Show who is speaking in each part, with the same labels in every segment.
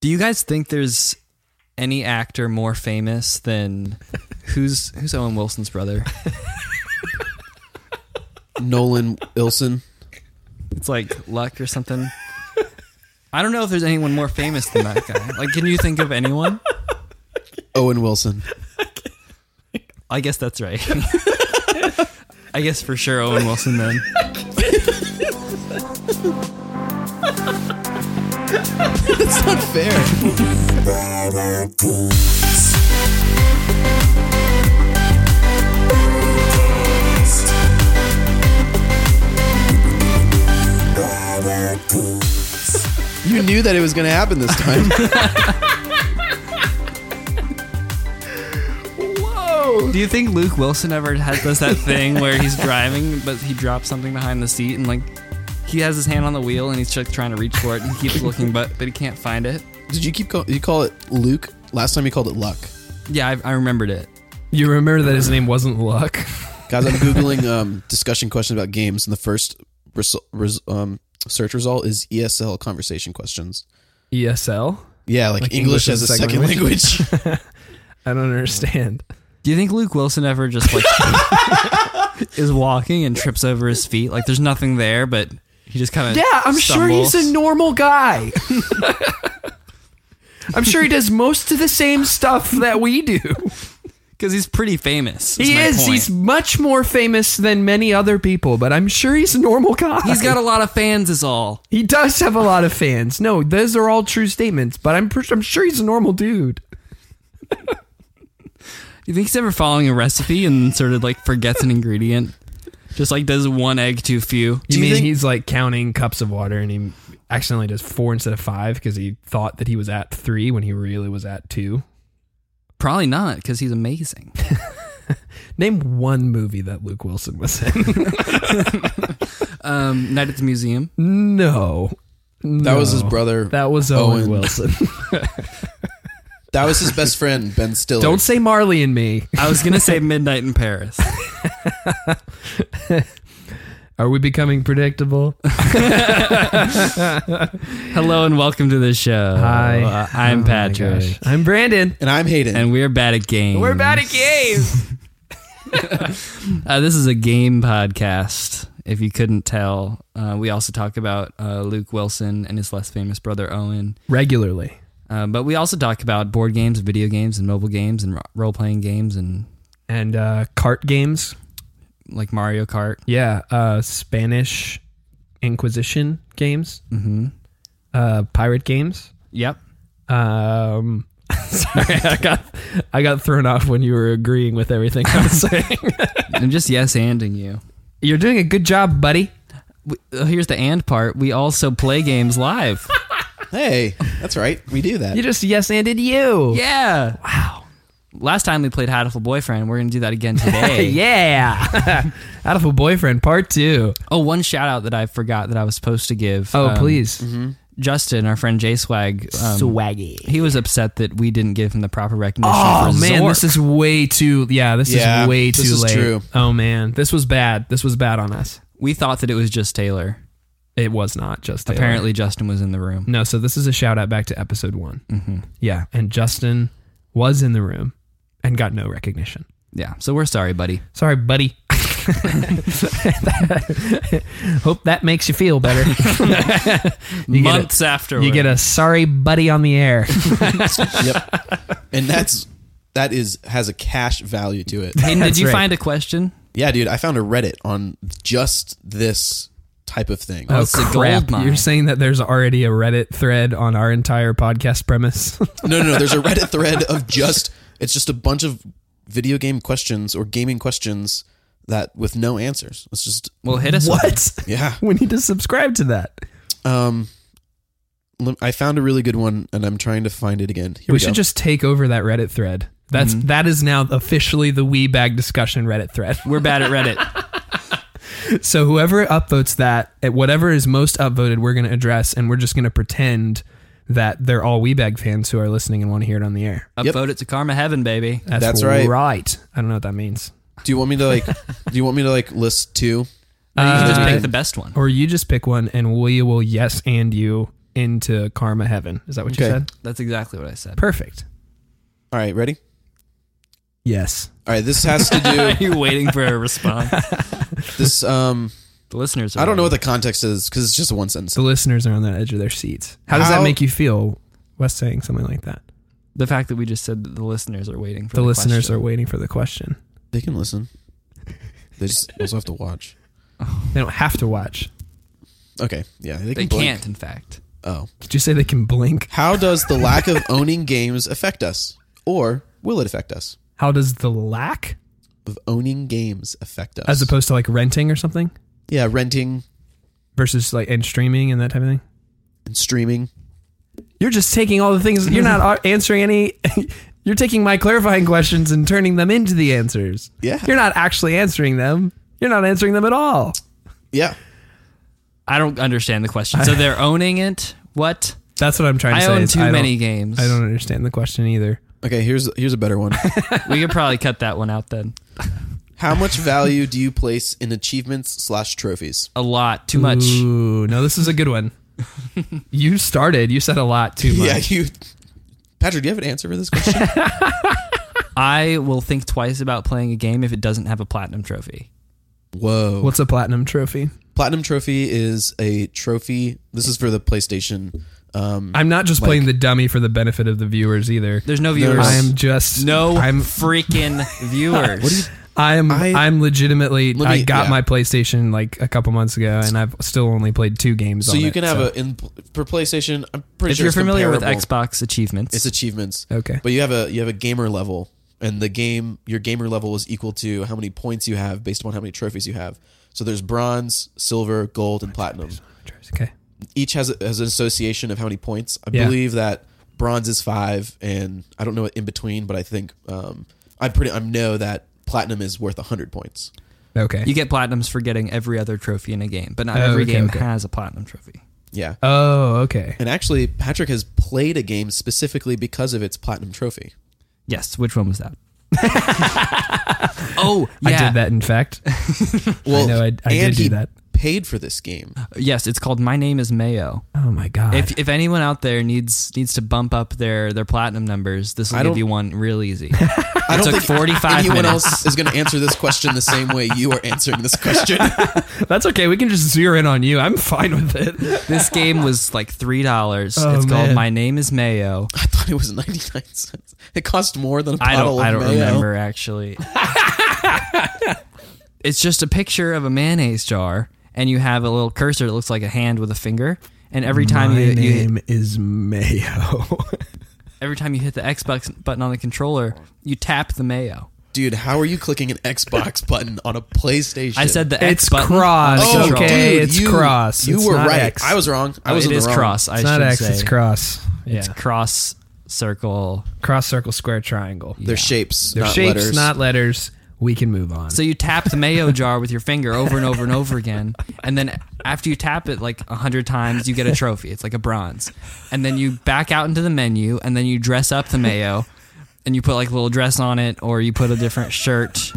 Speaker 1: Do you guys think there's any actor more famous than who's who's Owen Wilson's brother?
Speaker 2: Nolan Ilson.
Speaker 1: It's like Luck or something. I don't know if there's anyone more famous than that guy. Like, can you think of anyone?
Speaker 2: Owen Wilson.
Speaker 1: I guess that's right. I guess for sure Owen Wilson then.
Speaker 2: That's not fair. You knew that it was going to happen this time.
Speaker 3: Whoa!
Speaker 1: Do you think Luke Wilson ever has, does that thing where he's driving but he drops something behind the seat and like he has his hand on the wheel and he's like trying to reach for it and he keeps looking but but he can't find it?
Speaker 2: Did you keep call, you call it Luke? Last time you called it Luck.
Speaker 1: Yeah, I, I remembered it.
Speaker 3: You remember that his name wasn't Luck?
Speaker 2: Guys, I'm googling um, discussion questions about games, and the first res- res- um, search result is ESL conversation questions.
Speaker 3: E ESL?
Speaker 2: Yeah, like,
Speaker 3: Like
Speaker 2: English, as a second, language.
Speaker 3: I don't understand.
Speaker 1: Do you think Luke Wilson ever just like is walking and trips over his feet? Like there's nothing there, but he just kind of
Speaker 3: Yeah, I'm sure he's a normal guy. I'm sure he does most of the same stuff that we do.
Speaker 1: because he's pretty famous.
Speaker 3: he
Speaker 1: my
Speaker 3: is.
Speaker 1: point.
Speaker 3: He's much more famous than many other people, but I'm sure he's a normal guy.
Speaker 1: he's got a lot of fans. Is all.
Speaker 3: He does have a lot of fans. No, those are all true statements, but I'm pr- I'm sure he's a normal dude.
Speaker 1: You think he's ever following a recipe and sort of like forgets an ingredient? Just like does one egg too few.
Speaker 3: You
Speaker 2: you
Speaker 3: mean
Speaker 2: think-
Speaker 3: he's like counting cups of water and he accidentally does four instead of five because he thought that he was at three when he really was at two?
Speaker 1: Probably not because he's amazing.
Speaker 3: Name one movie that Luke Wilson was in.
Speaker 1: Um, Night at the museum.
Speaker 3: no.
Speaker 2: that was his
Speaker 3: No.
Speaker 2: brother. That,
Speaker 3: That was Owen,
Speaker 2: Owen.
Speaker 3: Wilson.
Speaker 2: was his best friend, Ben Stiller.
Speaker 3: Don't say Marley and me.
Speaker 1: I was gonna say Midnight in Paris.
Speaker 3: Are we becoming predictable?
Speaker 1: Hello and welcome to the show.
Speaker 3: Hi.
Speaker 1: Uh, I'm Patrick,
Speaker 3: I'm Brandon.
Speaker 2: and I'm Hayden.
Speaker 1: and we're bad at games.
Speaker 3: We're bad
Speaker 2: Mm.
Speaker 3: at games.
Speaker 1: Uh, this is a game podcast. If you couldn't tell, uh, we also talk about uh, Luke Wilson and his less famous brother Owen.
Speaker 3: Regularly.
Speaker 1: Uh, but we also talk about board games, video games, and mobile games, and role playing games, and
Speaker 3: And uh, cart games.
Speaker 1: like Mario Kart.
Speaker 3: Yeah. Uh, Spanish Inquisition games.
Speaker 1: Mm-hmm.
Speaker 3: Uh, pirate games.
Speaker 1: Yep.
Speaker 3: Um, sorry, I got I got thrown off when you were agreeing with everything I was saying.
Speaker 1: I'm just yes anding you.
Speaker 3: You're doing a good job, buddy.
Speaker 1: We, uh, here's the and part. We also play games live.
Speaker 2: hey, that's right. We do that.
Speaker 3: You just yes anded you.
Speaker 1: yeah. Wow. Last time we played Hatful Boyfriend. We're gonna do that again today.
Speaker 3: yeah. Out of a boyfriend, part two.
Speaker 1: Oh, one shout out that I forgot that I was supposed to give.
Speaker 3: Oh,
Speaker 1: Um,
Speaker 3: please.
Speaker 1: Justin, our friend J Swag. um,
Speaker 3: Swaggy.
Speaker 1: He was upset that we didn't give him the proper recognition.
Speaker 3: Oh
Speaker 1: for
Speaker 3: man,
Speaker 1: Zork.
Speaker 3: this is way too. Yeah, this
Speaker 2: Yeah,
Speaker 3: is way
Speaker 2: this
Speaker 3: too
Speaker 2: is
Speaker 3: late.
Speaker 2: true.
Speaker 3: Oh man, this was bad. This was bad on us.
Speaker 1: we thought that it was just Taylor.
Speaker 3: It was not just Taylor.
Speaker 1: Apparently, Justin was in the room.
Speaker 3: No, so this is a shout out back to episode one. Mm-hmm. Yeah, and Justin was in the room and got no recognition.
Speaker 1: Yeah, so we're sorry, buddy.
Speaker 3: Sorry, buddy. Hope that makes you feel better. you get
Speaker 1: Months after
Speaker 3: a, you get a sorry buddy on the air.
Speaker 2: yep. And that's that is has a cash value to it.
Speaker 1: Hayden, did
Speaker 3: That's
Speaker 1: you
Speaker 3: right.
Speaker 1: find a question?
Speaker 2: Yeah, dude, I found a Reddit on just this type of thing.
Speaker 1: it's a gold mine.
Speaker 3: Oh, You're saying that there's already a Reddit thread on our entire podcast premise.
Speaker 2: No, no, no. There's a Reddit thread of just it's just a bunch of video game questions or gaming questions that with no answers. It's just
Speaker 1: Well, hit us. up.
Speaker 3: what?
Speaker 2: yeah.
Speaker 3: We need to subscribe to that.
Speaker 2: Um, lem- I found a really good one, and I'm trying to find it again. Here
Speaker 3: we
Speaker 2: we,
Speaker 3: should
Speaker 2: go.
Speaker 3: just take over that Reddit thread. That's that is now officially the wee bag discussion Reddit thread.
Speaker 1: We're bad at Reddit.
Speaker 3: So whoever upvotes that, at whatever is most upvoted, we're going to address, and we're just going to pretend that they're all Weebag fans who are listening and want to hear it on the air.
Speaker 1: Upvote it to Karma Heaven, baby.
Speaker 3: That's,
Speaker 2: That's right.
Speaker 3: Right. I don't know what that means.
Speaker 2: do you want me to like? do you want me to like list two?
Speaker 1: you can just
Speaker 3: Uh,
Speaker 1: pick the best one.
Speaker 3: Or you just pick one, and we will yes and you into karma heaven. Is that what you
Speaker 2: Okay.
Speaker 3: said?
Speaker 1: That's exactly what I said.
Speaker 3: Perfect.
Speaker 2: All right, ready?
Speaker 3: Yes.
Speaker 2: All right, this has to
Speaker 1: Are
Speaker 2: do
Speaker 1: you waiting for a response?
Speaker 2: this. Um,
Speaker 1: The listeners. Are
Speaker 2: I don't know what the context is because it's just one sentence.
Speaker 3: The listeners are on the edge of their seats. How does
Speaker 2: How-
Speaker 3: that make you feel, Wes saying something like that?
Speaker 1: the fact that we just said that the listeners are waiting for
Speaker 3: The,
Speaker 1: the,
Speaker 3: listeners
Speaker 1: question.
Speaker 3: are waiting for the question.
Speaker 2: They can listen. They just also have to watch.
Speaker 3: They don't have to watch.
Speaker 2: Okay, yeah, they, can
Speaker 1: They
Speaker 2: blink.
Speaker 1: can't, in fact.
Speaker 2: Oh,
Speaker 3: Did you say they can blink?
Speaker 2: how does the lack of owning games affect us, or will it affect us?
Speaker 3: How does the lack,
Speaker 2: Of owning games affect us,
Speaker 3: as opposed to like renting or something,
Speaker 2: yeah, renting
Speaker 3: versus like and streaming and that type of thing?
Speaker 2: and streaming.
Speaker 3: You're just taking all the things. You're not a- answering any. You're taking my clarifying questions and turning them into the answers.
Speaker 2: Yeah.
Speaker 3: You're not actually answering them. You're not answering them at all.
Speaker 2: Yeah,
Speaker 1: I don't understand the question. So they're owning it. What?
Speaker 3: That's what I'm trying to
Speaker 1: I
Speaker 3: say.
Speaker 1: own
Speaker 3: is
Speaker 1: too
Speaker 3: don't-
Speaker 1: many games.
Speaker 3: I don't understand the question either.
Speaker 2: okay. Here's here's a better one.
Speaker 1: We could probably cut that one out then.
Speaker 2: how much value do you place in achievements slash trophies?
Speaker 1: A lot. Too much.
Speaker 3: Ooh, no, this is a good one. you started. You said a lot too much.
Speaker 2: Yeah, you, Patrick. Do you have an answer for this question?
Speaker 1: I will think twice about playing a game if it doesn't have a platinum trophy.
Speaker 2: Whoa.
Speaker 3: What's a platinum trophy?
Speaker 2: Platinum Trophy is a trophy. This is for the PlayStation. Um,
Speaker 3: I'm not just playing the dummy for the benefit of the viewers either.
Speaker 1: There's no viewers.
Speaker 3: I am just
Speaker 1: no
Speaker 3: I'm
Speaker 1: freaking viewers.
Speaker 3: I am
Speaker 2: I-
Speaker 3: I, am legitimately
Speaker 2: Let me-
Speaker 3: I got
Speaker 2: yeah.
Speaker 3: my PlayStation like a couple months ago and I've still only played two games
Speaker 2: so
Speaker 3: on
Speaker 2: you
Speaker 3: it,
Speaker 2: can have
Speaker 3: so-
Speaker 2: a in for PlayStation. I'm pretty
Speaker 1: if
Speaker 2: sure
Speaker 1: you're
Speaker 2: it's
Speaker 1: familiar with
Speaker 2: comparable.
Speaker 1: Xbox achievements,
Speaker 2: it's achievements.
Speaker 3: Okay.
Speaker 2: but you have a you have a gamer level, and the game your gamer level is equal to how many points you have based upon how many trophies you have. So there's bronze, silver, gold, and platinum.
Speaker 3: Okay.
Speaker 2: Each has a, has an association of how many points. I
Speaker 3: Yeah.
Speaker 2: believe that bronze is five, and I don't know what in between, but I think um, I pretty I know that platinum is worth hundred points.
Speaker 3: Okay.
Speaker 1: you get platinums for getting every other trophy in a game, but not
Speaker 3: Oh,
Speaker 1: every
Speaker 3: okay,
Speaker 1: game
Speaker 3: okay.
Speaker 1: has a platinum trophy.
Speaker 2: Yeah.
Speaker 3: oh, okay.
Speaker 2: And actually, Patrick has played a game specifically because of its platinum trophy.
Speaker 1: Yes, which one was that? oh, yeah.
Speaker 3: I did that in fact.
Speaker 2: Well,
Speaker 3: know, I- I
Speaker 2: and
Speaker 3: did do
Speaker 2: he
Speaker 3: that.
Speaker 2: Paid for this game.
Speaker 1: Yes, it's called My Name is Mayo.
Speaker 3: Oh my god.
Speaker 1: If, if anyone out there needs needs to bump up their their platinum numbers, this will
Speaker 2: I
Speaker 1: give
Speaker 2: don't-
Speaker 1: you one real easy.
Speaker 2: I don't
Speaker 1: took
Speaker 2: think
Speaker 1: 45
Speaker 2: anyone
Speaker 1: minutes.
Speaker 2: else is going to answer this question the same way you are answering this question.
Speaker 3: That's okay. We can just zero in on you. I'm fine with it.
Speaker 1: this game was like three dollars.
Speaker 3: Oh,
Speaker 1: it's called
Speaker 3: man.
Speaker 1: My Name is Mayo.
Speaker 2: I thought it was ninety nine cents. It cost more than a
Speaker 1: I
Speaker 2: bottle
Speaker 1: don't I
Speaker 2: of
Speaker 1: don't
Speaker 2: mayo.
Speaker 1: remember actually. it's just a picture of a mayonnaise jar and you have a little cursor that looks like a hand with a finger and every time
Speaker 3: My
Speaker 1: you, you
Speaker 3: name is Mayo.
Speaker 1: every time you hit the Xbox button on the controller, you tap the mayo.
Speaker 2: Dude, how are you clicking an Xbox button on a PlayStation?
Speaker 1: I said the
Speaker 3: It's
Speaker 1: X button.
Speaker 3: cross,
Speaker 1: on the
Speaker 2: oh,
Speaker 1: controller.
Speaker 3: okay?
Speaker 2: dude,
Speaker 3: it's
Speaker 2: you,
Speaker 3: cross.
Speaker 2: You
Speaker 3: It's
Speaker 2: were
Speaker 3: not
Speaker 2: right.
Speaker 3: X.
Speaker 2: I was wrong. I
Speaker 1: Oh,
Speaker 2: was
Speaker 1: it
Speaker 2: in the
Speaker 1: is
Speaker 2: wrong.
Speaker 1: cross. I
Speaker 3: it's not
Speaker 1: should
Speaker 3: X.
Speaker 1: say.
Speaker 3: It's cross.
Speaker 1: It's
Speaker 3: yeah.
Speaker 1: cross, circle.
Speaker 3: Cross, circle, square, triangle.
Speaker 2: They're shapes,
Speaker 3: They're
Speaker 2: not
Speaker 3: shapes,
Speaker 2: letters.
Speaker 3: not letters. We can move on.
Speaker 1: So you tap the mayo jar with your finger over and over and over again, and then after you tap it like a hundred times, you get a trophy. It's like a bronze, and then you back out into the menu, and then you dress up the mayo, and you put like a little dress on it, or you put a different shirt,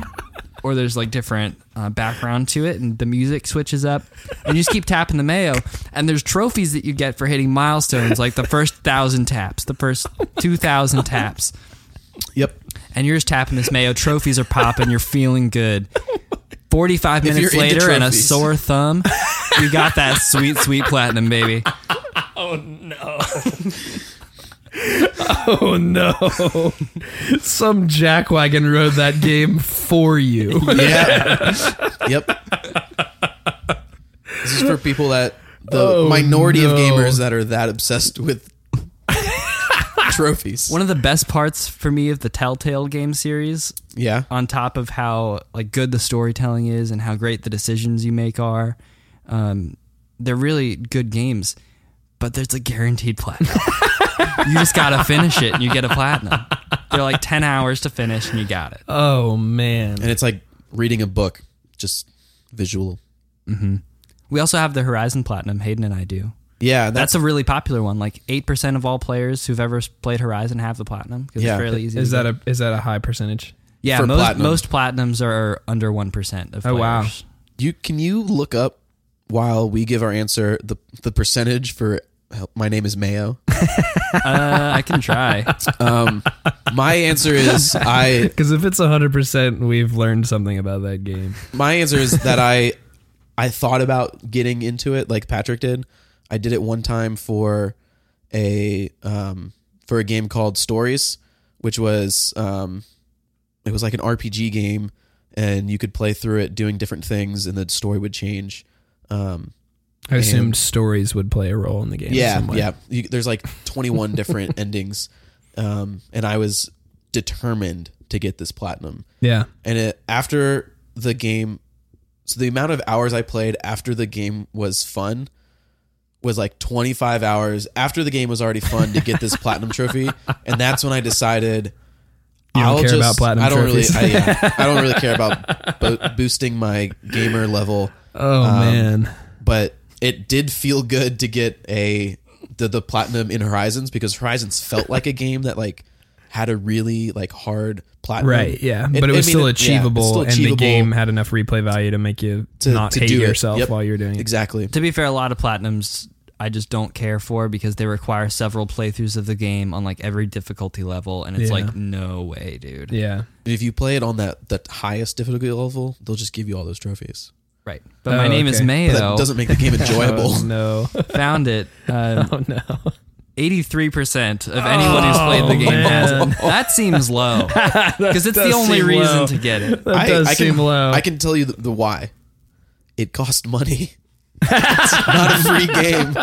Speaker 1: or there's like different uh, background to it, and the music switches up, and you just keep tapping the mayo, and there's trophies that you get for hitting milestones, like the first thousand taps, the first two thousand taps
Speaker 2: Yep.
Speaker 1: and you're just tapping this mayo. Trophies are popping. You're feeling good. 45
Speaker 2: If
Speaker 1: minutes
Speaker 2: you're into
Speaker 1: later and a
Speaker 2: trophies.
Speaker 1: sore thumb, you got that sweet, sweet platinum, baby.
Speaker 3: oh no! Some jackwagon rode that game for you.
Speaker 2: Yeah. yep. This is for people that the
Speaker 3: Oh,
Speaker 2: minority
Speaker 3: no.
Speaker 2: of gamers that are that obsessed with trophies.
Speaker 1: One of the best parts for me of the Telltale game series,
Speaker 2: yeah.
Speaker 1: on top of how like good the storytelling is and how great the decisions you make are, um, they're really good games. But there's a guaranteed platinum. you just gotta finish it and you get a platinum. They're like ten hours to finish and you got it.
Speaker 3: Oh man!
Speaker 2: And it's like reading a book, just visual.
Speaker 1: We also have the Horizon Platinum. Hayden and I do.
Speaker 2: Yeah,
Speaker 1: That's
Speaker 2: that's,
Speaker 1: a really popular one. Like eight percent of all players who've ever played Horizon have the platinum because
Speaker 2: Yeah.
Speaker 1: it's fairly easy.
Speaker 3: Is
Speaker 1: to
Speaker 3: that
Speaker 1: get.
Speaker 3: a is that a high percentage?
Speaker 1: yeah?
Speaker 2: for
Speaker 1: most
Speaker 2: platinum.
Speaker 1: most platinums are under one percent of
Speaker 3: Oh,
Speaker 1: players.
Speaker 3: wow.
Speaker 2: you can you look up while we give our answer the the percentage for help. My name is Mayo.
Speaker 1: Uh, I can try.
Speaker 2: Um, my answer is I.
Speaker 3: Because if it's 100%, we've learned something about that game.
Speaker 2: My answer is that I. I thought about getting into it like Patrick did. I did it one time for a um, for a game called Stories, which was um, it was like an RPG game, and you could play through it doing different things, and the story would change. Um,
Speaker 3: I
Speaker 2: And-
Speaker 3: assumed stories would play a role in the game.
Speaker 2: yeah,
Speaker 3: in some way.
Speaker 2: yeah. You, there's like 21 different endings, um, and I was determined to get this platinum.
Speaker 3: Yeah.
Speaker 2: And it, after the game, so the amount of hours I played after the game was fun was like 25 hours after the game was already fun to get this platinum trophy, and that's when I decided.
Speaker 3: You don't
Speaker 2: I'll
Speaker 3: care
Speaker 2: just,
Speaker 3: about platinum
Speaker 2: I don't
Speaker 3: trophies.
Speaker 2: really. I, yeah, I don't really care about bo- boosting my gamer level
Speaker 3: Oh,
Speaker 2: Um,
Speaker 3: man.
Speaker 2: but it did feel good to get a the, the platinum in Horizons because Horizons felt like a game that like had a really like hard platinum.
Speaker 3: Right, yeah. But it, was
Speaker 2: I mean,
Speaker 3: still
Speaker 2: yeah, it's still
Speaker 3: achievable, and the
Speaker 2: achievable
Speaker 3: game had enough replay value to make you
Speaker 2: to-
Speaker 3: not
Speaker 2: to
Speaker 3: hate
Speaker 2: do it.
Speaker 3: yourself
Speaker 2: Yep.
Speaker 3: while you're doing it.
Speaker 2: exactly.
Speaker 1: to be fair, a lot of platinums I just don't care for because they require several playthroughs of the game on like every difficulty level, and it's
Speaker 3: Yeah.
Speaker 1: like no way, dude.
Speaker 3: Yeah.
Speaker 2: If you play it on that the highest difficulty level, they'll just give you all those trophies.
Speaker 1: Right. But
Speaker 3: Oh,
Speaker 1: my name is
Speaker 3: okay.
Speaker 2: But
Speaker 1: Mayo.
Speaker 2: that doesn't make the game enjoyable.
Speaker 3: Oh, no.
Speaker 1: Found it. Um,
Speaker 3: Oh, no.
Speaker 1: Eighty-three percent of anyone who's played the game
Speaker 3: man.
Speaker 1: has. That seems low because it's the
Speaker 3: does
Speaker 1: only
Speaker 3: seem
Speaker 1: reason
Speaker 3: low.
Speaker 1: to get it.
Speaker 3: That does seem
Speaker 2: can,
Speaker 3: low.
Speaker 2: I can tell you the, the why. It cost money. it's not a free game.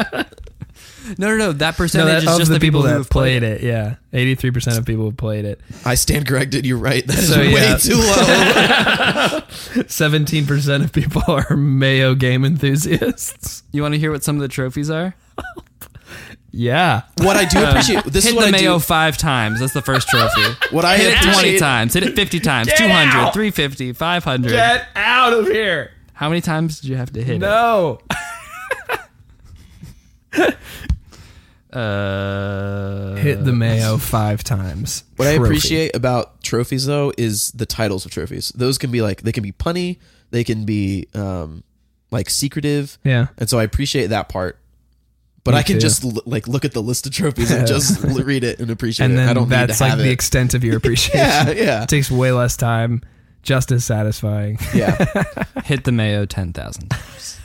Speaker 1: No, no, no. That
Speaker 3: no,
Speaker 1: percentage
Speaker 3: that,
Speaker 1: is
Speaker 3: of
Speaker 1: just
Speaker 3: the, people,
Speaker 1: who
Speaker 3: that
Speaker 1: have
Speaker 3: played it. Yeah. 83% of people have played it.
Speaker 2: I stand corrected. You're right. That's
Speaker 3: So,
Speaker 2: way
Speaker 3: yeah.
Speaker 2: too low.
Speaker 3: 17% of people are Mayo game enthusiasts.
Speaker 1: You want to hear what some of the trophies are?
Speaker 3: Yeah.
Speaker 2: what I do appreciate. This
Speaker 1: Uh, Hit
Speaker 2: is what
Speaker 1: the
Speaker 2: I do.
Speaker 1: mayo five times. That's the first trophy.
Speaker 2: What I
Speaker 1: Hit it 20
Speaker 2: appreciate-
Speaker 1: times. Hit it 50 times.
Speaker 3: Get
Speaker 1: 200,
Speaker 3: out.
Speaker 1: 350, 500.
Speaker 3: Get out of here.
Speaker 1: How many times did you have to hit
Speaker 3: No.
Speaker 1: it? Uh,
Speaker 3: Hit the Mayo five times.
Speaker 2: What I
Speaker 3: Trophy.
Speaker 2: appreciate about trophies though is the titles of trophies. Those can be like they can be punny, they can be um like secretive.
Speaker 3: Yeah.
Speaker 2: And so I appreciate that part. But
Speaker 3: Me
Speaker 2: I can
Speaker 3: too.
Speaker 2: just l- like look at the list of trophies and just l- read it and appreciate
Speaker 3: And
Speaker 2: it. I
Speaker 3: then
Speaker 2: don't
Speaker 3: that's
Speaker 2: need to
Speaker 3: like
Speaker 2: have
Speaker 3: the
Speaker 2: it.
Speaker 3: extent of your appreciation.
Speaker 2: yeah, yeah.
Speaker 3: It takes way less time, just as satisfying.
Speaker 2: Yeah.
Speaker 1: Hit the mayo 10,000.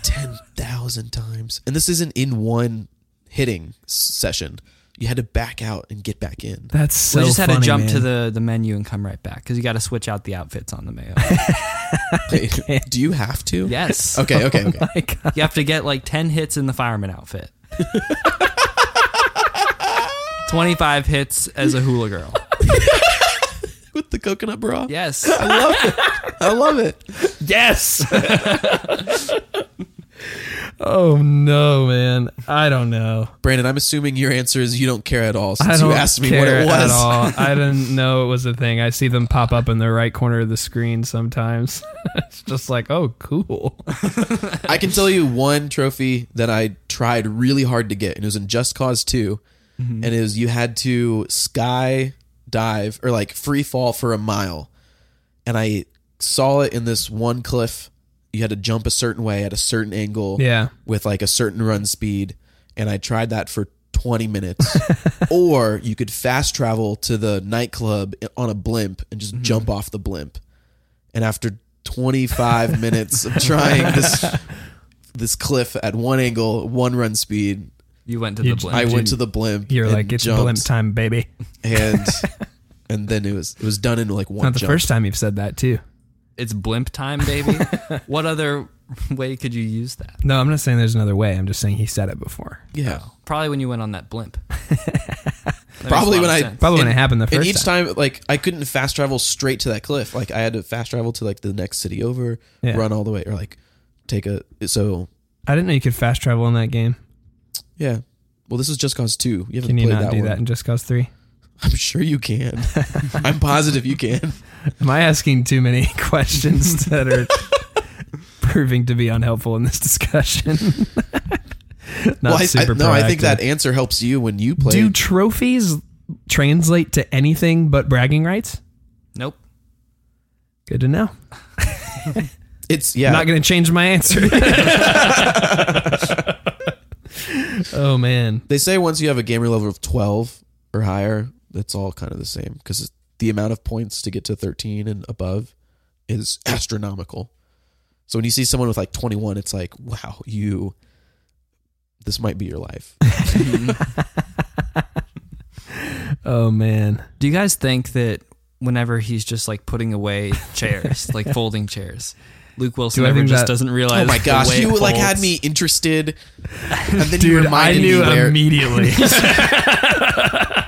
Speaker 2: 10,000 times. And this isn't in one hitting s- session. You had to back out and get back in.
Speaker 3: That's so
Speaker 1: we just had to
Speaker 3: funny,
Speaker 1: jump to
Speaker 3: man.
Speaker 1: the, the menu and come right back because you got to switch out the outfits on the mayo.
Speaker 2: Wait, do you have to?
Speaker 1: yes.
Speaker 2: Okay, okay, okay.
Speaker 3: Like,
Speaker 1: You have to get like 10 hits in the fireman outfit, 25 hits as a hula girl.
Speaker 2: With the coconut bra.
Speaker 1: Yes.
Speaker 2: I love it.
Speaker 3: yes. oh no, man. I don't know.
Speaker 2: Brandon, I'm assuming your answer is you don't care at all
Speaker 3: I
Speaker 2: since
Speaker 3: don't
Speaker 2: you asked me
Speaker 3: care
Speaker 2: what it
Speaker 3: at
Speaker 2: was.
Speaker 3: all. I didn't know it was a thing. I see them pop up in the right corner of the screen sometimes. it's just like, oh, cool.
Speaker 2: I can tell you one trophy that I tried really hard to get, and it was in Just Cause 2.
Speaker 3: Mm-hmm.
Speaker 2: And it was you had to sky dive or like free fall for a mile. And I saw it in this one cliff. You had to jump a certain way at a certain angle
Speaker 3: Yeah.
Speaker 2: with like a certain run speed. And I tried that for 20 minutes. or you could fast travel to the nightclub on a blimp and
Speaker 3: Mm-hmm.
Speaker 2: just jump off the blimp. And after 25 minutes of trying this this cliff at one angle, one run speed,
Speaker 1: You went to
Speaker 3: You
Speaker 1: the
Speaker 3: j-
Speaker 1: blimp.
Speaker 2: I went to the blimp.
Speaker 3: Oh, You're
Speaker 2: and
Speaker 3: like, it's
Speaker 2: jumped,
Speaker 3: blimp time, baby.
Speaker 2: and and then it was it was done in like one
Speaker 3: Not the
Speaker 2: jump.
Speaker 3: first time you've said that, too.
Speaker 1: It's blimp time, baby. what other way could you use that?
Speaker 3: No, I'm not saying there's another way. I'm just saying he said it before.
Speaker 2: Yeah,
Speaker 1: Probably when you went on that blimp.
Speaker 2: Probably when I-
Speaker 3: Probably when
Speaker 2: And-
Speaker 3: it happened the
Speaker 2: and
Speaker 3: first
Speaker 2: each
Speaker 3: time.
Speaker 2: time. like I couldn't fast travel straight to that cliff. Like I had to fast travel to like the next city over,
Speaker 3: Yeah.
Speaker 2: run all the way, or like take a so
Speaker 3: I didn't know you could fast travel in that game.
Speaker 2: yeah. Well, this is Just Cause Two. You haven't
Speaker 3: Can you
Speaker 2: played
Speaker 3: not
Speaker 2: that
Speaker 3: do
Speaker 2: one.
Speaker 3: that in Just Cause 3?
Speaker 2: I'm sure you can. I'm positive you can.
Speaker 3: Am I asking too many questions that are proving to be unhelpful in this discussion? not
Speaker 2: well, I,
Speaker 3: super
Speaker 2: I, no, I think
Speaker 3: proactive.
Speaker 2: that answer helps you when you play.
Speaker 3: Do trophies translate to anything but bragging rights?
Speaker 1: Nope.
Speaker 3: Good to know.
Speaker 2: it's yeah.
Speaker 3: I'm not going to change my answer. Oh man.
Speaker 2: They say once you have a gamer level of 12 or higher, that's all kind of the same because the amount of points to get to 13 and above is astronomical. So when you see someone with like 21, it's like, wow, you, this might be your life.
Speaker 3: Oh man.
Speaker 1: Do you guys think that whenever he's just like putting away chairs, like folding chairs, Luke Wilson
Speaker 3: Do I
Speaker 1: ever
Speaker 3: think
Speaker 1: just
Speaker 3: that-
Speaker 1: doesn't realize?
Speaker 2: Oh my
Speaker 1: the
Speaker 2: gosh,
Speaker 1: way it
Speaker 2: you like had
Speaker 1: folds?
Speaker 2: me interested, and then you
Speaker 3: Dude, I
Speaker 2: reminded
Speaker 3: knew
Speaker 2: me where.
Speaker 3: immediately.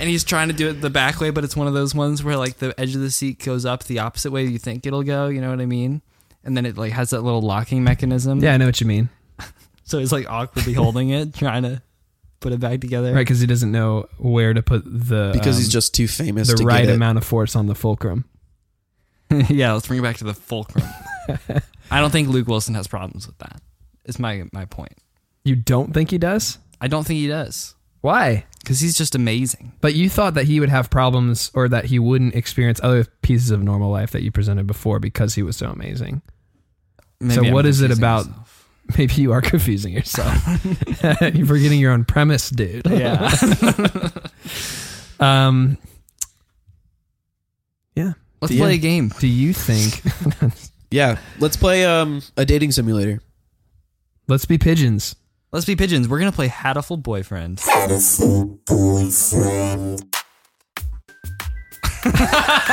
Speaker 1: And he's trying to do it the back way, but it's one of those ones where like the edge of the seat goes up the opposite way you think it'll go. You know what I mean? And then it like has that little locking mechanism.
Speaker 3: yeah, I know what you mean.
Speaker 1: So he's like awkwardly holding it, trying to put it back together.
Speaker 3: Right, because he doesn't know where to put the
Speaker 2: because he's
Speaker 3: um,
Speaker 2: just too famous.
Speaker 3: the
Speaker 2: to
Speaker 3: right
Speaker 2: get it.
Speaker 3: amount of force on the fulcrum.
Speaker 1: yeah, let's bring it back to the fulcrum. I don't think Luke Wilson has problems with that. Is my my point.
Speaker 3: You don't think he does?
Speaker 1: I don't think he does
Speaker 3: Why?
Speaker 1: because he's just amazing.
Speaker 3: But you thought that he would have problems or that he wouldn't experience other pieces of normal life that you presented before because he was so amazing. So what is it
Speaker 1: confusing
Speaker 3: about-
Speaker 1: myself.
Speaker 3: Maybe you are confusing yourself. You're forgetting your own premise, dude.
Speaker 1: Yeah,
Speaker 3: Um, yeah.
Speaker 1: let's
Speaker 3: Yeah.
Speaker 1: play a game.
Speaker 3: Do you think?
Speaker 2: Yeah, let's play um, a dating simulator.
Speaker 3: Let's be pigeons.
Speaker 1: Let's be pigeons. We're gonna play Hatful Boyfriend.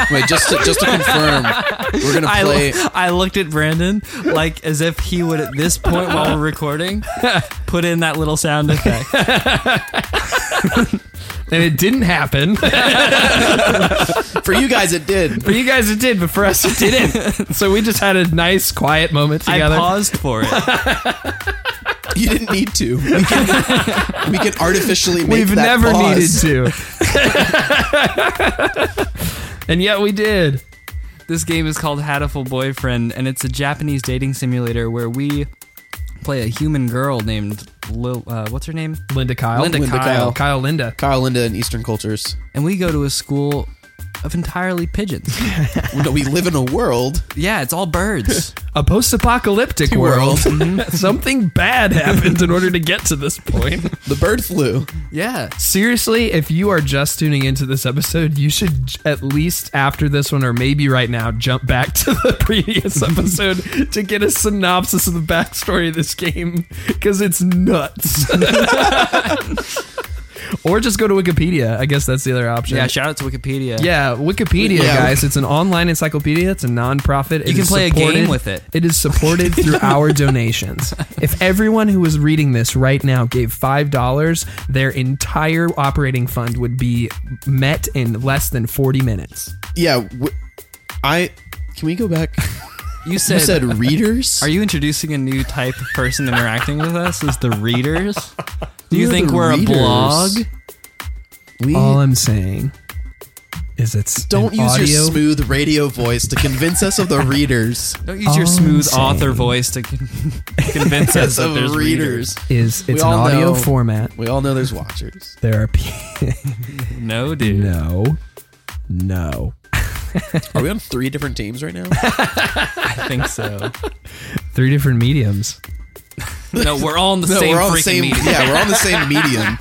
Speaker 2: Wait, just to, just to confirm, we're gonna
Speaker 1: I,
Speaker 2: play.
Speaker 1: I looked at Brandon like as if he would at this point while we're recording put in that little sound effect.
Speaker 3: And it didn't happen.
Speaker 2: For you guys, it did.
Speaker 3: For you guys, it did, but for us, it didn't. so we just had a nice, quiet moment
Speaker 1: I
Speaker 3: together.
Speaker 1: paused for it.
Speaker 2: You didn't need to. We can, we can artificially make
Speaker 3: We've
Speaker 2: that
Speaker 3: never
Speaker 2: pause.
Speaker 3: needed to. and yet we did.
Speaker 1: This game is called Hatful Boyfriend, and it's a Japanese dating simulator where we play a human girl named Lil. Uh, what's her name?
Speaker 3: Linda Kyle.
Speaker 1: Linda Linda Kyle.
Speaker 2: Kyle.
Speaker 3: Kyle Linda.
Speaker 2: Kyle Linda and Eastern cultures.
Speaker 1: And we go to a school of entirely pigeons.
Speaker 2: No, we live in a world.
Speaker 1: yeah, it's all birds.
Speaker 3: A post apocalyptic world. Mm-hmm. Something bad happened in order to get to this point.
Speaker 2: The bird flu.
Speaker 1: Yeah.
Speaker 3: Seriously, if you are just tuning into this episode, you should j- at least after this one, or maybe right now, jump back to the previous episode to get a synopsis of the backstory of this game because it's nuts. or just go to Wikipedia. I guess that's the other option.
Speaker 1: Yeah, shout out to Wikipedia.
Speaker 3: Yeah, Wikipedia,
Speaker 2: Yeah.
Speaker 3: guys. It's an online encyclopedia. It's a nonprofit. It
Speaker 1: You can
Speaker 3: is
Speaker 1: play a
Speaker 3: supported-
Speaker 1: game with it.
Speaker 3: It is supported through our donations. If everyone who is reading this right now gave five dollars, their entire operating fund would be met in less than forty minutes.
Speaker 2: Yeah, w I I. Can we go back?
Speaker 1: You said,
Speaker 2: You said readers.
Speaker 1: Are you introducing a new type of person interacting with us? Is the readers? Do you
Speaker 2: Who are
Speaker 1: think
Speaker 2: the
Speaker 1: we're
Speaker 2: readers?
Speaker 1: a blog?
Speaker 2: We
Speaker 3: All I'm saying is it's
Speaker 2: don't
Speaker 3: an
Speaker 2: use
Speaker 3: audio.
Speaker 2: your smooth radio voice to convince us of the readers.
Speaker 1: Don't use your
Speaker 3: All I'm
Speaker 1: smooth
Speaker 3: saying-
Speaker 1: author voice to con- convince us
Speaker 2: Yes,
Speaker 1: that
Speaker 2: of
Speaker 1: there's
Speaker 2: readers.
Speaker 1: readers.
Speaker 3: is
Speaker 2: We
Speaker 3: it's an
Speaker 2: all
Speaker 3: audio
Speaker 2: know-
Speaker 3: format.
Speaker 2: We all know there's watchers.
Speaker 3: There are p-
Speaker 1: No, dude.
Speaker 3: no, no.
Speaker 2: Are we on three different teams right now?
Speaker 1: I think so.
Speaker 3: Three different mediums.
Speaker 1: No, we're all on the
Speaker 2: No,
Speaker 1: same
Speaker 2: we're on the
Speaker 1: freaking
Speaker 2: same.
Speaker 1: meeting.
Speaker 2: Yeah, we're on the same medium.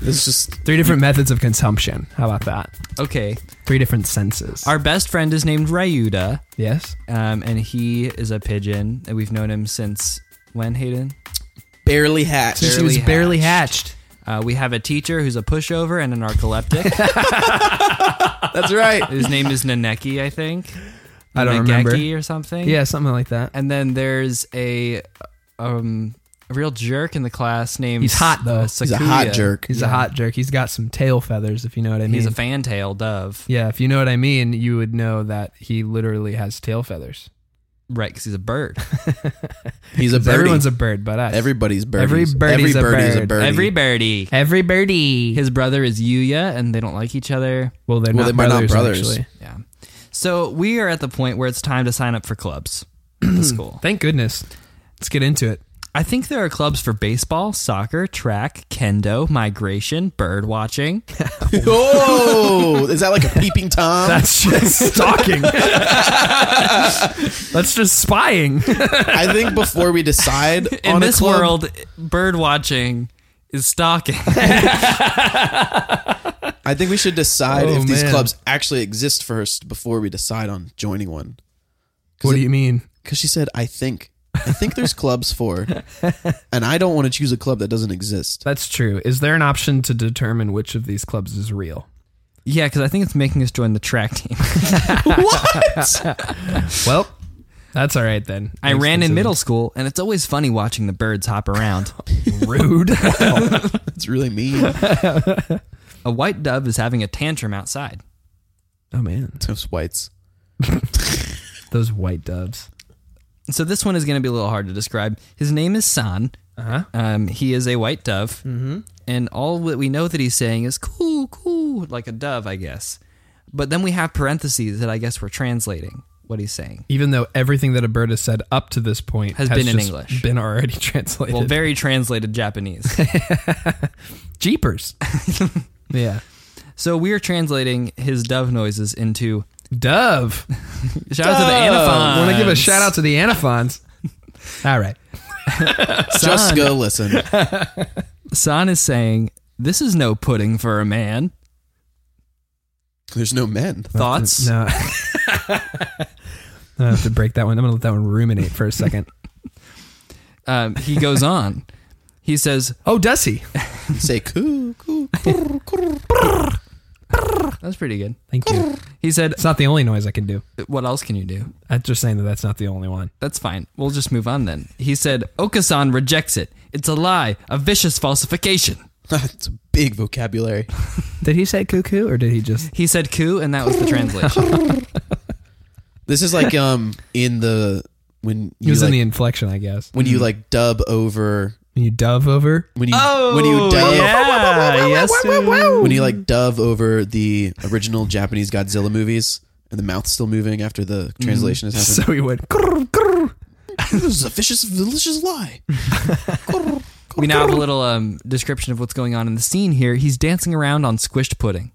Speaker 2: It's just
Speaker 3: Three different methods of consumption. How about that?
Speaker 1: Okay.
Speaker 3: Three different senses.
Speaker 1: Our best friend is named Ryuda,
Speaker 3: yes.
Speaker 1: um, and he is a pigeon, and we've known him since when, Hayden?
Speaker 2: barely hatched.
Speaker 3: She
Speaker 1: Barely
Speaker 3: was barely
Speaker 1: hatched.
Speaker 3: hatched.
Speaker 1: Uh, we have a teacher who's a pushover and a narcoleptic.
Speaker 2: That's right.
Speaker 1: His name is Naneki, I think.
Speaker 3: I don't
Speaker 1: Nageki
Speaker 3: remember.
Speaker 1: or something.
Speaker 3: Yeah, something like that.
Speaker 1: And then there's a um a real jerk in the class named
Speaker 3: He's hot, though. He's
Speaker 2: He's a
Speaker 1: Sakuya.
Speaker 2: hot jerk.
Speaker 3: He's a hot jerk. He's got some tail feathers, if you know what I mean.
Speaker 1: He's a fantail dove.
Speaker 3: yeah, if you know what I mean, you would know that he literally has tail feathers.
Speaker 1: Right, because he's a bird.
Speaker 2: He's a birdie.
Speaker 3: Everyone's a bird, but us.
Speaker 2: Everybody's birdies.
Speaker 3: Every birdie's a
Speaker 2: Every birdie's
Speaker 3: bird.
Speaker 2: birdie.
Speaker 1: Every birdie.
Speaker 3: Every birdie.
Speaker 1: His brother is Yuya, and they don't like each other.
Speaker 3: well, they're
Speaker 2: Well,
Speaker 3: not
Speaker 2: they might not
Speaker 3: brothers,
Speaker 2: brothers.
Speaker 3: actually.
Speaker 1: Yeah. So we are at the point where it's time to sign up for clubs at the school.
Speaker 3: Thank goodness. Let's get into it.
Speaker 1: I think there are clubs for baseball, soccer, track, kendo, migration, bird watching.
Speaker 2: oh, is that like a peeping tom?
Speaker 3: That's just stalking. That's just spying.
Speaker 2: I think before we decide
Speaker 1: In
Speaker 2: on a
Speaker 1: this
Speaker 2: club-
Speaker 1: world, bird watching is stalking.
Speaker 2: I think we should decide
Speaker 3: Oh,
Speaker 2: if these
Speaker 3: man.
Speaker 2: clubs actually exist first before we decide on joining one.
Speaker 3: What do you mean?
Speaker 2: Because she said, "I think, I think there's clubs for," and I don't want to choose a club that doesn't exist.
Speaker 3: That's true. Is there an option to determine which of these clubs is real?
Speaker 1: yeah, because I think it's making us join the track team.
Speaker 3: Well, that's all right then.
Speaker 1: I
Speaker 3: Makes
Speaker 1: ran in
Speaker 3: sense.
Speaker 1: middle school, and it's always funny watching the birds hop around.
Speaker 3: Rude.
Speaker 2: That's really mean.
Speaker 1: a white dove is having a tantrum outside.
Speaker 3: oh man,
Speaker 2: Those whites.
Speaker 3: those white doves.
Speaker 1: So this one is going to be a little hard to describe. His name is San.
Speaker 3: Uh-huh.
Speaker 1: Um, he is a white dove, mm-hmm. and all that we know that he's saying is "cool, cool," like a dove, I guess. But then we have parentheses that I guess we're translating what he's saying.
Speaker 3: Even though everything that a bird has said up to this point
Speaker 1: Has been in
Speaker 3: just
Speaker 1: English.
Speaker 3: been already translated.
Speaker 1: Well, very translated Japanese.
Speaker 3: Jeepers. yeah.
Speaker 1: so we are translating his dove noises into
Speaker 3: Dove.
Speaker 1: shout out to the anaphon.
Speaker 3: Want to give a shout out to the anaphons? All right.
Speaker 2: Just go listen.
Speaker 1: San is saying, "This is no pudding for a man."
Speaker 2: There's no men.
Speaker 1: Thoughts?
Speaker 3: No. I have to break that one. I'm gonna let that one ruminate for a second.
Speaker 1: Um, he goes on. He says,
Speaker 3: Oh, does he?
Speaker 2: Say coo coo.
Speaker 1: "That's pretty good."
Speaker 3: Thank you.
Speaker 1: He said,
Speaker 3: It's not the only noise I can do.
Speaker 1: "What else can you do?"
Speaker 3: I'm just saying that that's not the only one.
Speaker 1: That's fine. We'll just move on then. He said, "Okasan rejects it. It's a lie, a vicious falsification."
Speaker 2: It's a big vocabulary.
Speaker 3: Did he say cuckoo or did he just?
Speaker 1: He said "coup," and that was the translation.
Speaker 2: This is like um in the when
Speaker 3: He
Speaker 2: you
Speaker 3: was
Speaker 2: like,
Speaker 3: in the inflection, I guess.
Speaker 2: when you like dub over
Speaker 3: When you dove over,
Speaker 2: when you when
Speaker 3: Oh,
Speaker 2: you dub
Speaker 1: yeah, yes, dude.
Speaker 2: when you like dove over the original Japanese Godzilla movies and the mouth's still moving after the
Speaker 3: Mm.
Speaker 2: translation has happened.
Speaker 3: so he went. "Grr, grr."
Speaker 2: this is a vicious, delicious lie.
Speaker 1: We now have a little um, description of what's going on in the scene here. He's dancing around on squished pudding.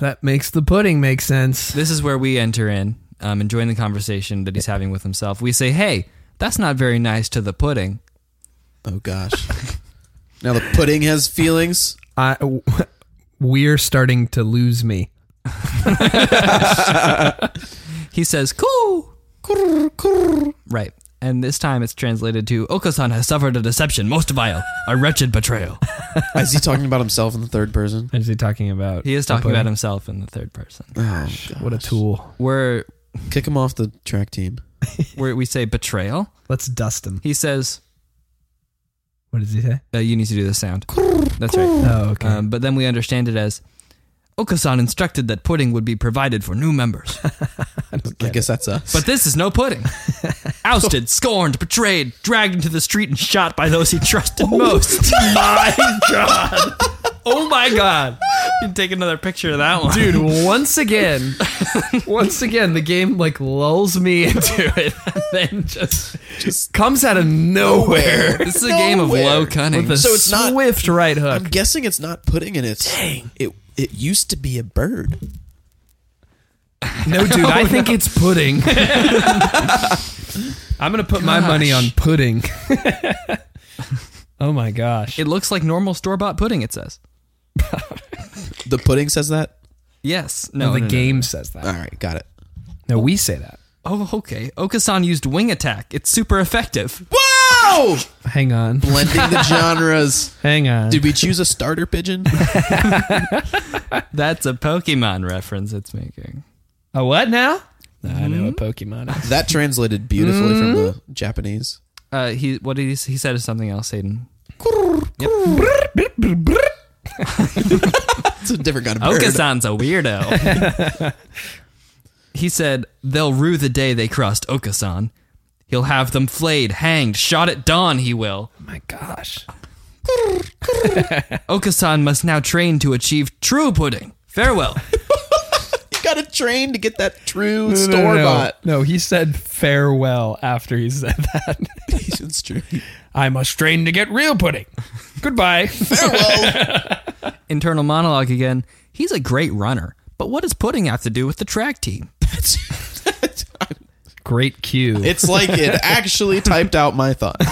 Speaker 3: That makes the pudding make sense.
Speaker 1: This is where we enter in um, and join the conversation that he's having with himself. We say, "Hey, that's not very nice to the pudding."
Speaker 2: Oh gosh. Now the pudding has feelings.
Speaker 3: I, we're starting to lose me.
Speaker 1: He says, "Coup." Right. And this time it's translated to Okasan has suffered a deception most vile, a wretched betrayal.
Speaker 2: Is he talking about himself in the third person?
Speaker 3: Is he talking about?
Speaker 1: He is
Speaker 3: the
Speaker 1: talking
Speaker 3: pudding?
Speaker 1: about himself in the third person.
Speaker 2: Oh,
Speaker 3: What a tool.
Speaker 1: Where
Speaker 2: kick him off the track team.
Speaker 1: where we say betrayal,
Speaker 3: Let's dust him.
Speaker 1: he says
Speaker 3: What does he say?
Speaker 1: uh, you need to do this sound. That's right.
Speaker 3: Oh, okay.
Speaker 1: Um, but then we understand it as Okasan instructed that pudding would be provided for new members.
Speaker 2: I guess that's us.
Speaker 1: But this is no pudding. Ousted, scorned, betrayed, dragged into the street and shot by those he trusted
Speaker 3: Oh
Speaker 1: most. my God. Oh my God. You can take another picture of that one.
Speaker 3: dude once again once again the game like lulls me into it and then just just comes out of nowhere
Speaker 1: This is a game of
Speaker 2: Nowhere.
Speaker 1: low cunning.
Speaker 3: so
Speaker 2: So
Speaker 3: it's
Speaker 2: it's not-
Speaker 3: swift right hook
Speaker 2: I'm guessing it's not pudding in its. Dang. It it used to be a bird.
Speaker 3: no dude i think it's pudding i'm gonna put my money on pudding oh my gosh
Speaker 1: It looks like normal store bought pudding, it says.
Speaker 2: The pudding says that.
Speaker 1: Yes. No,
Speaker 3: no, the
Speaker 1: no, no.
Speaker 3: game says that
Speaker 2: All right, got it.
Speaker 3: no we say that
Speaker 1: Oh, okay. Okasan used wing attack. It's super effective.
Speaker 2: Whoa!
Speaker 3: hang on
Speaker 2: Blending the genres.
Speaker 3: hang on
Speaker 2: Did we choose a starter pigeon?
Speaker 1: That's a Pokemon reference it's making.
Speaker 3: a what now i know a pokemon is.
Speaker 2: That translated beautifully from the Japanese.
Speaker 1: Uh, he what did he he said something else, Hayden.
Speaker 2: It's a different kind of bird.
Speaker 1: Okasan's a weirdo. he said they'll rue the day they crossed Okasan. He'll have them flayed, hanged, shot at dawn. He will.
Speaker 3: oh my gosh
Speaker 1: Okasan must now train to achieve true pudding. Farewell.
Speaker 2: You got a train to get that true
Speaker 3: No, no, no,
Speaker 2: store
Speaker 3: no.
Speaker 2: bought.
Speaker 3: No, he said farewell after he said that.
Speaker 2: It's true.
Speaker 3: I must train to get real pudding. Goodbye.
Speaker 2: Farewell.
Speaker 1: Internal monologue again. He's a great runner, but what does pudding have to do with the track team?
Speaker 3: Great cue.
Speaker 2: it's like it actually typed out my thoughts.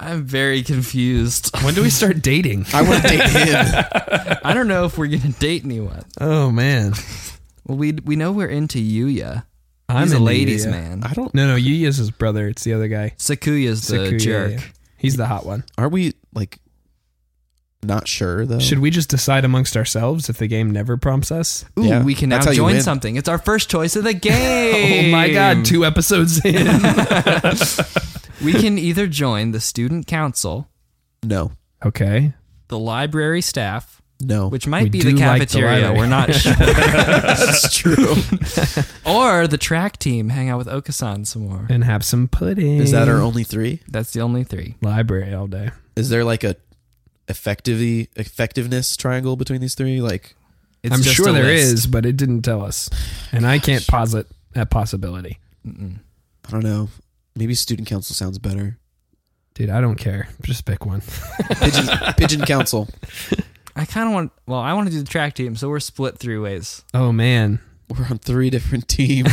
Speaker 1: I'm very confused.
Speaker 3: when do we start dating?
Speaker 2: I want to date him.
Speaker 1: I don't know if we're gonna date anyone.
Speaker 3: Oh man,
Speaker 1: Well, we we know we're into Yuya.
Speaker 3: I'm
Speaker 1: He's a
Speaker 3: into
Speaker 1: ladies
Speaker 3: Yuya.
Speaker 1: man.
Speaker 2: I don't.
Speaker 3: no, no, Yuya's his brother. It's the other guy.
Speaker 1: Sakuya's the
Speaker 3: Sakuya,
Speaker 1: jerk.
Speaker 3: yeah. He's the hot one.
Speaker 2: Are we like not sure though?
Speaker 3: Should we just decide amongst ourselves if the game never prompts us?
Speaker 1: Ooh,
Speaker 2: Yeah,
Speaker 1: we can now
Speaker 2: that's how you
Speaker 1: join
Speaker 2: win.
Speaker 1: something. It's our first choice of the game.
Speaker 3: Oh my god, two episodes in.
Speaker 1: We can either join the student council,
Speaker 2: no.
Speaker 3: okay.
Speaker 1: the library staff,
Speaker 2: No.
Speaker 1: which might
Speaker 3: We
Speaker 1: be
Speaker 3: do
Speaker 1: the
Speaker 3: like the
Speaker 1: cafeteria.
Speaker 3: library.
Speaker 1: We're not sure.
Speaker 2: is true.
Speaker 1: or the track team. Hang out with Okasan some more.
Speaker 3: And have some pudding.
Speaker 2: Is that our only three?
Speaker 1: That's the only three.
Speaker 3: library all day?
Speaker 2: Is there like a effectively effectiveness triangle between these three? Like
Speaker 1: It's
Speaker 3: I'm
Speaker 1: just
Speaker 3: sure
Speaker 1: a
Speaker 3: there is,
Speaker 1: list.
Speaker 3: but it didn't tell us. And I can't posit that possibility.
Speaker 2: I don't know. Maybe student council sounds better.
Speaker 3: Dude, I don't care. Just pick one.
Speaker 2: Pigeon, pigeon council.
Speaker 1: I kind of want. Well, I want to do the track team, so we're split three ways.
Speaker 3: Oh man.
Speaker 2: We're on three different teams.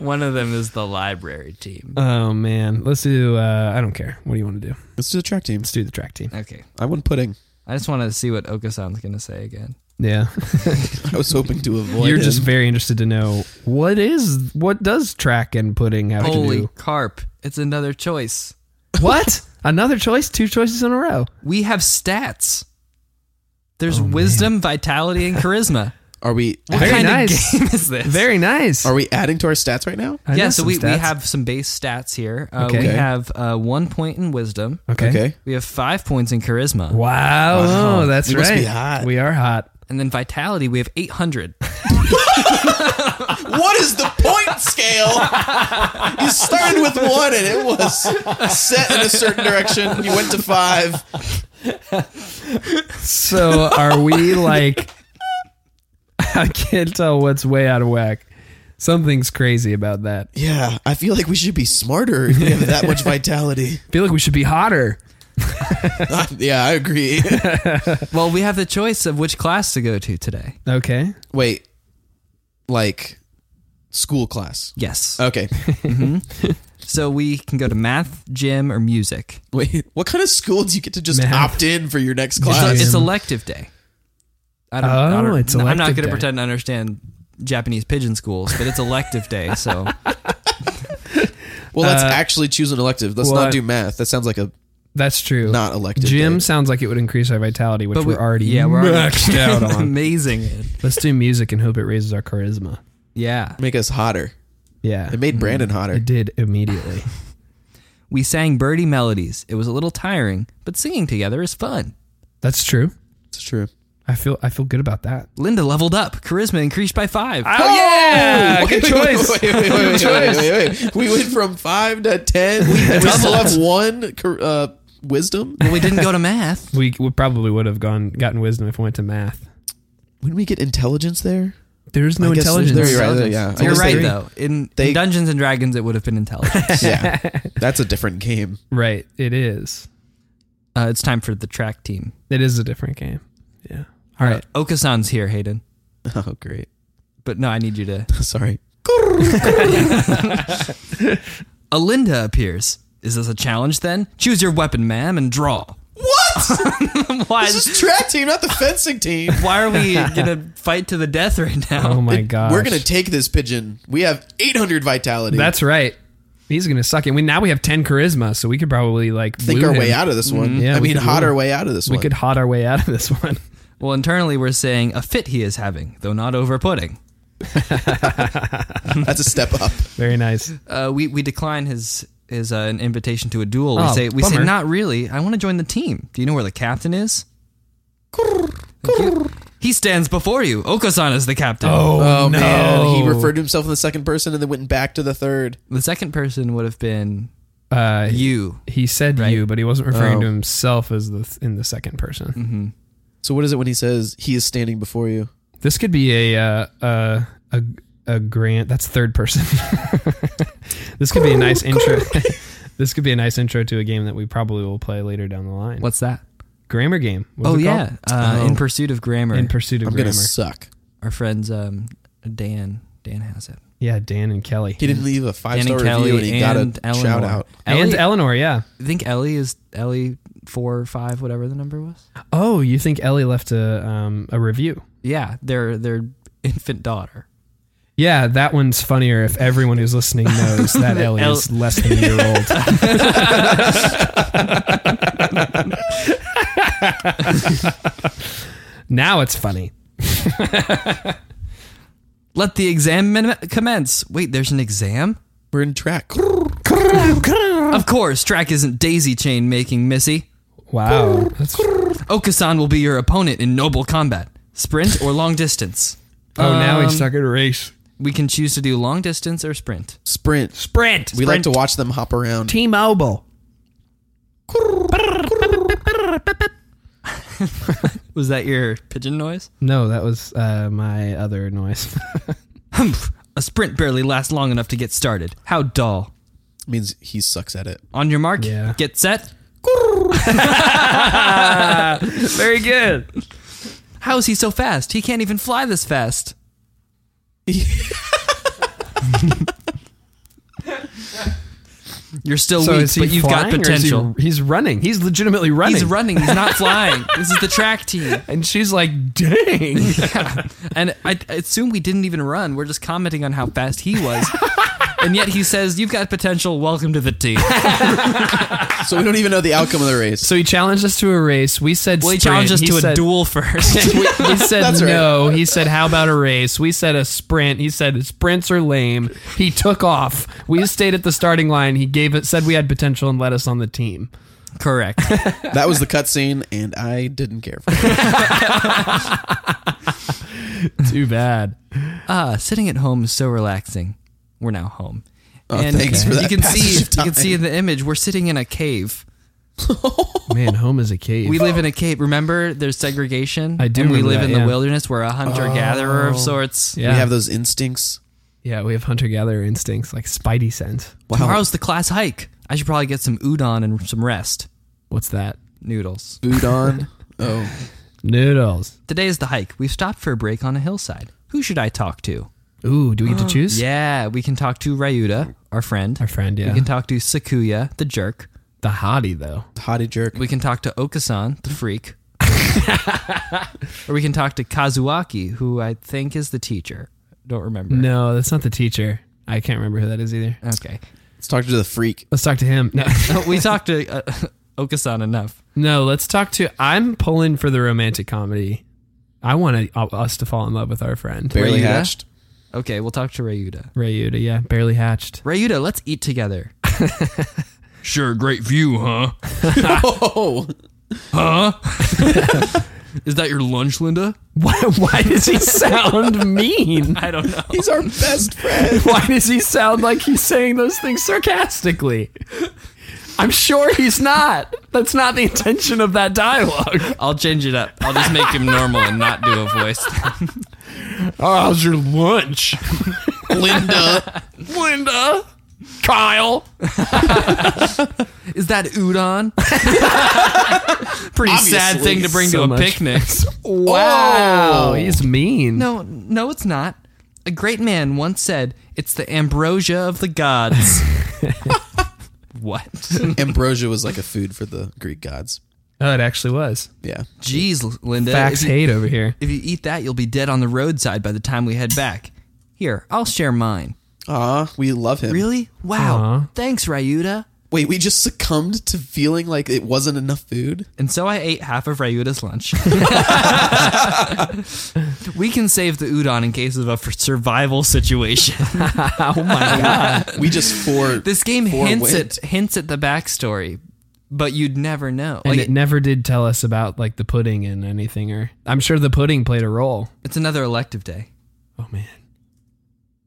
Speaker 1: One of them is the library team.
Speaker 3: Oh man. Let's do uh I don't care. What do you want to do?
Speaker 2: Let's do the track teams.
Speaker 3: Let's do the track team.
Speaker 1: Okay,
Speaker 2: I won pudding.
Speaker 1: I just wanted to see what Okasan's gonna say again.
Speaker 3: Yeah.
Speaker 2: I was hoping to avoid.
Speaker 3: You're
Speaker 2: him.
Speaker 3: just very interested to know what is what does track and pudding have to
Speaker 1: Holy
Speaker 3: do?
Speaker 1: carp! It's another choice.
Speaker 3: What? Another choice? Two choices in a row.
Speaker 1: We have stats. There's wisdom, vitality, and charisma.
Speaker 2: Are we?
Speaker 1: What
Speaker 3: Oh, Very
Speaker 1: kind
Speaker 3: nice.
Speaker 1: of game is this?
Speaker 3: Very nice.
Speaker 2: Are we adding to our stats right now?
Speaker 3: I know
Speaker 1: yeah, so
Speaker 3: some
Speaker 1: we, we
Speaker 3: stats.
Speaker 1: have some base stats here. Uh,
Speaker 3: Okay.
Speaker 1: We
Speaker 2: Okay.
Speaker 1: have uh, one point in wisdom.
Speaker 3: Okay.
Speaker 2: Okay.
Speaker 1: We have five points in charisma.
Speaker 3: Wow.
Speaker 1: Uh-huh.
Speaker 3: Oh, that's
Speaker 2: You
Speaker 3: right.
Speaker 2: must be hot.
Speaker 3: We are hot.
Speaker 1: And then vitality, we have 800.
Speaker 2: What is the point scale? You started with one and it was set in a certain direction. You went to five.
Speaker 3: So are we like I can't tell what's way out of whack. Something's crazy about that.
Speaker 2: Yeah, I feel like we should be smarter if we have that much vitality.
Speaker 3: I feel like we should be hotter.
Speaker 2: Uh, yeah, I agree.
Speaker 1: well, we have the choice of which class to go to today.
Speaker 3: Okay.
Speaker 2: Wait, like school class.
Speaker 1: Yes.
Speaker 3: Uh,
Speaker 2: Okay.
Speaker 1: so we can go to math, gym, or music.
Speaker 2: Wait, what kind of school do you get to just
Speaker 3: Math. uh,
Speaker 2: opt in for your next
Speaker 1: It's,
Speaker 2: class?
Speaker 1: it's elective day. I don't, I
Speaker 3: Oh,
Speaker 1: don't-
Speaker 3: it's
Speaker 1: I'm not
Speaker 3: elective
Speaker 1: going to
Speaker 3: day.
Speaker 1: pretend to understand Japanese pigeon schools, but it's elective day, so
Speaker 2: well, let's actually choose an elective. Let's
Speaker 3: well, I-
Speaker 2: not do math. That sounds like a
Speaker 3: That's true.
Speaker 2: not elective.
Speaker 3: Gym
Speaker 2: thing.
Speaker 3: sounds like it would increase our vitality, which
Speaker 1: but we,
Speaker 3: we're already
Speaker 1: yeah, we're already
Speaker 3: maxed out on.
Speaker 1: Amazing.
Speaker 3: Let's do music and hope it raises our charisma.
Speaker 1: Yeah.
Speaker 2: make us hotter.
Speaker 3: Yeah.
Speaker 2: It made Brandon hotter.
Speaker 3: Mm. It did immediately.
Speaker 1: We sang birdie melodies. It was a little tiring, but singing together is fun.
Speaker 3: That's true.
Speaker 2: It's true.
Speaker 3: I feel I feel good about that.
Speaker 1: Linda leveled up. Charisma increased by five.
Speaker 3: Oh yeah. Good
Speaker 2: Wait,
Speaker 3: choice.
Speaker 2: Wait, wait, wait, wait, wait, wait, wait. We went from five to ten. We, we still have one cor- uh, wisdom.
Speaker 1: Well, we didn't go to math.
Speaker 3: We, we probably would have gone gotten wisdom if we went to math.
Speaker 2: When we get intelligence there,
Speaker 3: There's no
Speaker 2: I guess
Speaker 3: intelligence.
Speaker 2: there- there you're right, yeah. I
Speaker 1: You're
Speaker 2: guess
Speaker 1: right,
Speaker 2: they-
Speaker 1: though. In,
Speaker 2: they-
Speaker 1: in Dungeons and Dragons, it would have been intelligence.
Speaker 2: yeah, that's a different game.
Speaker 3: Right. It is.
Speaker 1: uh, it's time for the track team. Uh,
Speaker 3: It is a different game. Yeah. All right.
Speaker 1: Okasan's here, Hayden.
Speaker 2: Oh, great.
Speaker 1: But no, I need you to.
Speaker 2: Sorry.
Speaker 1: Alinda appears. Is this a challenge then? Choose your weapon, ma'am, and draw.
Speaker 2: What?
Speaker 1: Why?
Speaker 2: This is track team, not the fencing team.
Speaker 1: Why are we gonna fight to the death right
Speaker 3: Oh
Speaker 1: now?
Speaker 3: my gosh.
Speaker 2: We're gonna take this pigeon. We have 800 vitality.
Speaker 3: That's right. He's gonna suck it. We now we have ten charisma, so we could probably like
Speaker 2: think
Speaker 3: woo
Speaker 2: our
Speaker 3: him.
Speaker 2: way out of this one.
Speaker 3: Mm-hmm. Yeah,
Speaker 2: I
Speaker 3: we
Speaker 2: mean,
Speaker 3: could
Speaker 2: hot
Speaker 3: win.
Speaker 2: our way out of this
Speaker 3: We
Speaker 2: one.
Speaker 3: could hot our way out of this one.
Speaker 1: Well, internally we're saying a fit he is having, though not over pudding.
Speaker 2: That's a step up.
Speaker 3: Very nice.
Speaker 1: Uh, we we decline his his uh, an invitation to a duel. We
Speaker 3: Oh,
Speaker 1: say we say
Speaker 3: bummer.
Speaker 1: not really. I want to join the team. Do you know where the captain is? He stands before you. Okasan is the captain.
Speaker 2: Oh man, he referred to himself in the second person and then went back to the third.
Speaker 1: The second person would have been
Speaker 3: Uh,
Speaker 1: you.
Speaker 3: he said you, but he wasn't referring
Speaker 2: Oh.
Speaker 3: Mm-hmm. to himself as the th- in the second person.
Speaker 2: So what is it when he says he is standing before you?
Speaker 3: This could be a uh, uh, a a grant. That's third person. this could be a nice intro. this could be a nice intro to a game that we probably will play later down the line.
Speaker 1: What's that?
Speaker 3: grammar game? What's
Speaker 1: oh
Speaker 3: it
Speaker 1: yeah,
Speaker 3: called?
Speaker 1: uh,
Speaker 2: Oh.
Speaker 1: in pursuit of grammar.
Speaker 3: in pursuit of
Speaker 2: I'm
Speaker 3: grammar.
Speaker 2: gonna suck.
Speaker 1: Our friends um, Dan Dan has it.
Speaker 3: yeah, Dan and Kelly
Speaker 2: He didn't leave a five
Speaker 1: Dan
Speaker 2: star
Speaker 1: and
Speaker 2: review
Speaker 1: Kelly
Speaker 2: and he got
Speaker 1: and
Speaker 2: a
Speaker 1: Eleanor.
Speaker 2: shout out.
Speaker 1: Ellie,
Speaker 3: and Eleanor. Yeah.
Speaker 1: I think Ellie is Ellie four or five, whatever the number was.
Speaker 3: Oh, you think Ellie left a um, a review?
Speaker 1: Yeah, their their infant daughter.
Speaker 3: Yeah, that one's funnier if everyone who's listening knows that Ellie
Speaker 1: El-
Speaker 3: is less than a year old. now it's funny.
Speaker 1: Let the exam min- commence. Wait, there's an exam?
Speaker 2: We're in track.
Speaker 1: Of course, track isn't daisy chain making, Missy.
Speaker 3: Wow. That's, oh,
Speaker 1: Okasan will be your opponent in noble combat, sprint or long distance.
Speaker 3: now
Speaker 1: Um,
Speaker 3: he's stuck at a race.
Speaker 1: We can choose to do long distance or sprint.
Speaker 2: Sprint.
Speaker 3: Sprint.
Speaker 2: We like to watch them hop around.
Speaker 3: T-Mobile.
Speaker 1: Was that your pigeon noise?
Speaker 3: No, that was uh, my other noise.
Speaker 1: Humph. A sprint barely lasts long enough to get started. How dull.
Speaker 2: means he sucks at it.
Speaker 1: On your mark,
Speaker 3: Yeah.
Speaker 1: get set.
Speaker 3: Very good.
Speaker 1: How is he so fast? He can't even fly this fast. You're still
Speaker 3: So
Speaker 1: weak,
Speaker 3: is he
Speaker 1: but you've got
Speaker 3: flying or is he-
Speaker 1: potential.
Speaker 3: he's running. He's legitimately running.
Speaker 1: He's running. He's not flying. This is the track team.
Speaker 3: and she's like, "Dang."
Speaker 1: And I, I assume we didn't even run. We're just commenting on how fast he was. and yet he says, You've got potential. Welcome to the team.
Speaker 2: So we don't even know the outcome of the race.
Speaker 3: So he challenged us to a race. We said
Speaker 1: Well, he
Speaker 3: sprint.
Speaker 1: challenged us
Speaker 3: He
Speaker 1: to a
Speaker 3: said-
Speaker 1: duel first.
Speaker 3: we, we said
Speaker 2: That's right.
Speaker 3: no. He said, "How about a race?" We said a sprint. He said sprints are lame. He took off. We stayed at the starting line. He gave it, said we had potential, and let us on the team.
Speaker 1: Correct.
Speaker 2: That was the cutscene, and I didn't care. For it.
Speaker 3: Too bad.
Speaker 1: Ah, sitting at home is so relaxing. We're now home. and
Speaker 2: Oh, thanks for
Speaker 1: you
Speaker 2: that
Speaker 1: can
Speaker 2: passage
Speaker 1: see
Speaker 2: of
Speaker 1: you
Speaker 2: time.
Speaker 1: can see in the image we're sitting in a cave.
Speaker 3: Man, home is a cave.
Speaker 1: We live in a cave. Remember, there's segregation.
Speaker 3: I do
Speaker 1: And we
Speaker 3: remember
Speaker 1: live
Speaker 3: that,
Speaker 1: in
Speaker 3: yeah.
Speaker 1: the wilderness. We're a hunter
Speaker 2: Oh.
Speaker 1: gatherer of sorts.
Speaker 3: yeah,
Speaker 2: We have those instincts.
Speaker 3: yeah, we have hunter gatherer instincts like spidey sense.
Speaker 1: Tomorrow's the class hike. I should probably get some udon and some rest.
Speaker 3: What's that?
Speaker 1: Noodles.
Speaker 2: Food on. Oh,
Speaker 3: Noodles.
Speaker 1: Today is the hike. We've stopped for a break on a hillside. Who should I talk to?
Speaker 3: Ooh, do we get to choose?
Speaker 1: Yeah, we can talk to Ryuta, our friend.
Speaker 3: our friend.
Speaker 1: We
Speaker 3: Yeah,
Speaker 1: can talk to Sakuya, the jerk.
Speaker 3: the hottie though.
Speaker 2: hottie jerk.
Speaker 1: We can talk to Okasan, the freak. or we can talk to Kazuaki, who I think is the teacher. Don't remember.
Speaker 3: No, that's not the teacher. I can't remember who that is either.
Speaker 1: Okay.
Speaker 2: Let's talk to the freak.
Speaker 3: Let's talk to him. No,
Speaker 1: Oh, we talked to uh, Okasan enough.
Speaker 3: no let's talk to. I'm pulling for the romantic comedy. I want uh, us to fall in love with our friend
Speaker 2: Barely
Speaker 1: Wait, you
Speaker 2: hatched.
Speaker 1: Okay, we'll talk to Rayuta.
Speaker 3: Rayuta. Yeah, barely hatched.
Speaker 1: Rayuta, let's eat together. sure, great view, huh?
Speaker 2: Oh,
Speaker 1: Is that your lunch, Linda?
Speaker 3: Why, why does he sound mean?
Speaker 1: I don't know.
Speaker 2: he's our best friend.
Speaker 3: Why does he sound like he's saying those things sarcastically? I'm sure he's not. That's not the intention of that dialogue.
Speaker 1: I'll change it up. I'll just make him normal and not do a voice.
Speaker 3: Oh, how's your lunch,
Speaker 2: Linda.
Speaker 3: Linda? Kyle?
Speaker 1: Is that udon? Pretty sad
Speaker 2: Obviously.
Speaker 1: thing to bring
Speaker 3: So
Speaker 1: to a
Speaker 3: much.
Speaker 1: picnic.
Speaker 3: Wow, Oh,
Speaker 2: Oh.
Speaker 3: he's mean.
Speaker 1: No, no, it's not. A great man once said, "It's the ambrosia of the gods." what?
Speaker 2: Ambrosia was like a food for the Greek gods.
Speaker 3: Oh, it actually was.
Speaker 2: Yeah.
Speaker 1: Jeez,
Speaker 2: Uh,
Speaker 1: Linda.
Speaker 3: Facts
Speaker 1: if, you,
Speaker 3: hate over here.
Speaker 1: if you eat that, you'll be dead on the roadside by the time we head back. Here, I'll share mine.
Speaker 2: Ah, we love him.
Speaker 1: Really? Wow.
Speaker 3: Aw.
Speaker 1: Thanks, Ryuta.
Speaker 2: Wait, we just succumbed to feeling like it wasn't enough food.
Speaker 1: And so I ate half of Ryuta's lunch. we can save the udon in case of a for survival situation.
Speaker 3: Oh my god.
Speaker 2: We just for
Speaker 1: This game
Speaker 2: for
Speaker 1: hints at
Speaker 2: wins.
Speaker 1: hints at the backstory, but you'd never know.
Speaker 3: and
Speaker 1: Like,
Speaker 3: it never did tell us about like the pudding and anything or I'm sure the pudding played a role.
Speaker 1: it's another elective day.
Speaker 3: Oh man.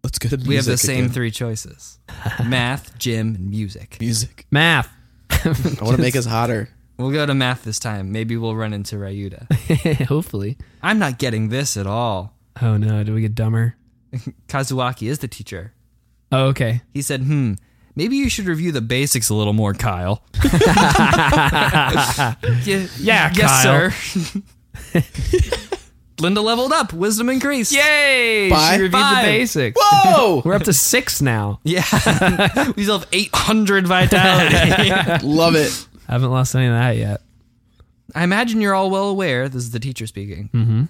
Speaker 2: Let's go to music.
Speaker 1: We have the same
Speaker 2: again.
Speaker 1: three choices: math, gym, and music.
Speaker 2: music.
Speaker 3: Math.
Speaker 2: I want to make us hotter.
Speaker 1: We'll go to math this time. Maybe we'll run into Ryuta.
Speaker 3: Hopefully.
Speaker 1: I'm not getting this at all.
Speaker 3: Oh no, do we get dumber?
Speaker 1: Kazuaki is the teacher.
Speaker 3: Oh, okay.
Speaker 1: He said, hmm, maybe you should review the basics a little more, Kyle. yeah,
Speaker 3: Yeah,
Speaker 1: yes,
Speaker 3: Kyle.
Speaker 1: sir. Linda leveled up, wisdom increased.
Speaker 3: Yay!
Speaker 2: Bye.
Speaker 3: She reviewed
Speaker 1: Bye.
Speaker 3: the basics.
Speaker 2: Whoa!
Speaker 3: We're up to six now.
Speaker 1: Yeah. we still have 800 vitality.
Speaker 2: Love it.
Speaker 3: I haven't lost any of that yet.
Speaker 1: I imagine you're all well aware, this is the teacher speaking. Mm-hmm.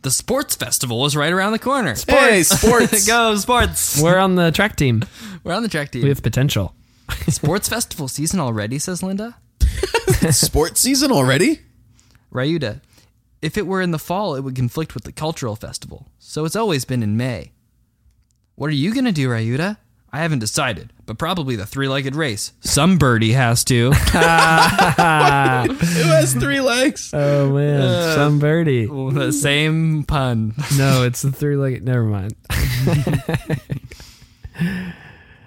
Speaker 1: The sports festival is right around the corner.
Speaker 2: Hey, sports.
Speaker 1: Go sports!
Speaker 3: We're on the track team.
Speaker 1: We're on the track team.
Speaker 3: We have potential.
Speaker 1: sports festival season already, says Linda.
Speaker 2: Sports season already?
Speaker 1: Ryuta, if it were in the fall, it would conflict with the cultural festival, so it's always been in May. What are you going to do, Ryuta? I haven't decided, but probably the three legged race. Some birdie has to.
Speaker 2: Who has three legs?
Speaker 3: Oh man, some birdie.
Speaker 1: the same pun.
Speaker 3: No, it's the three legged. Never mind.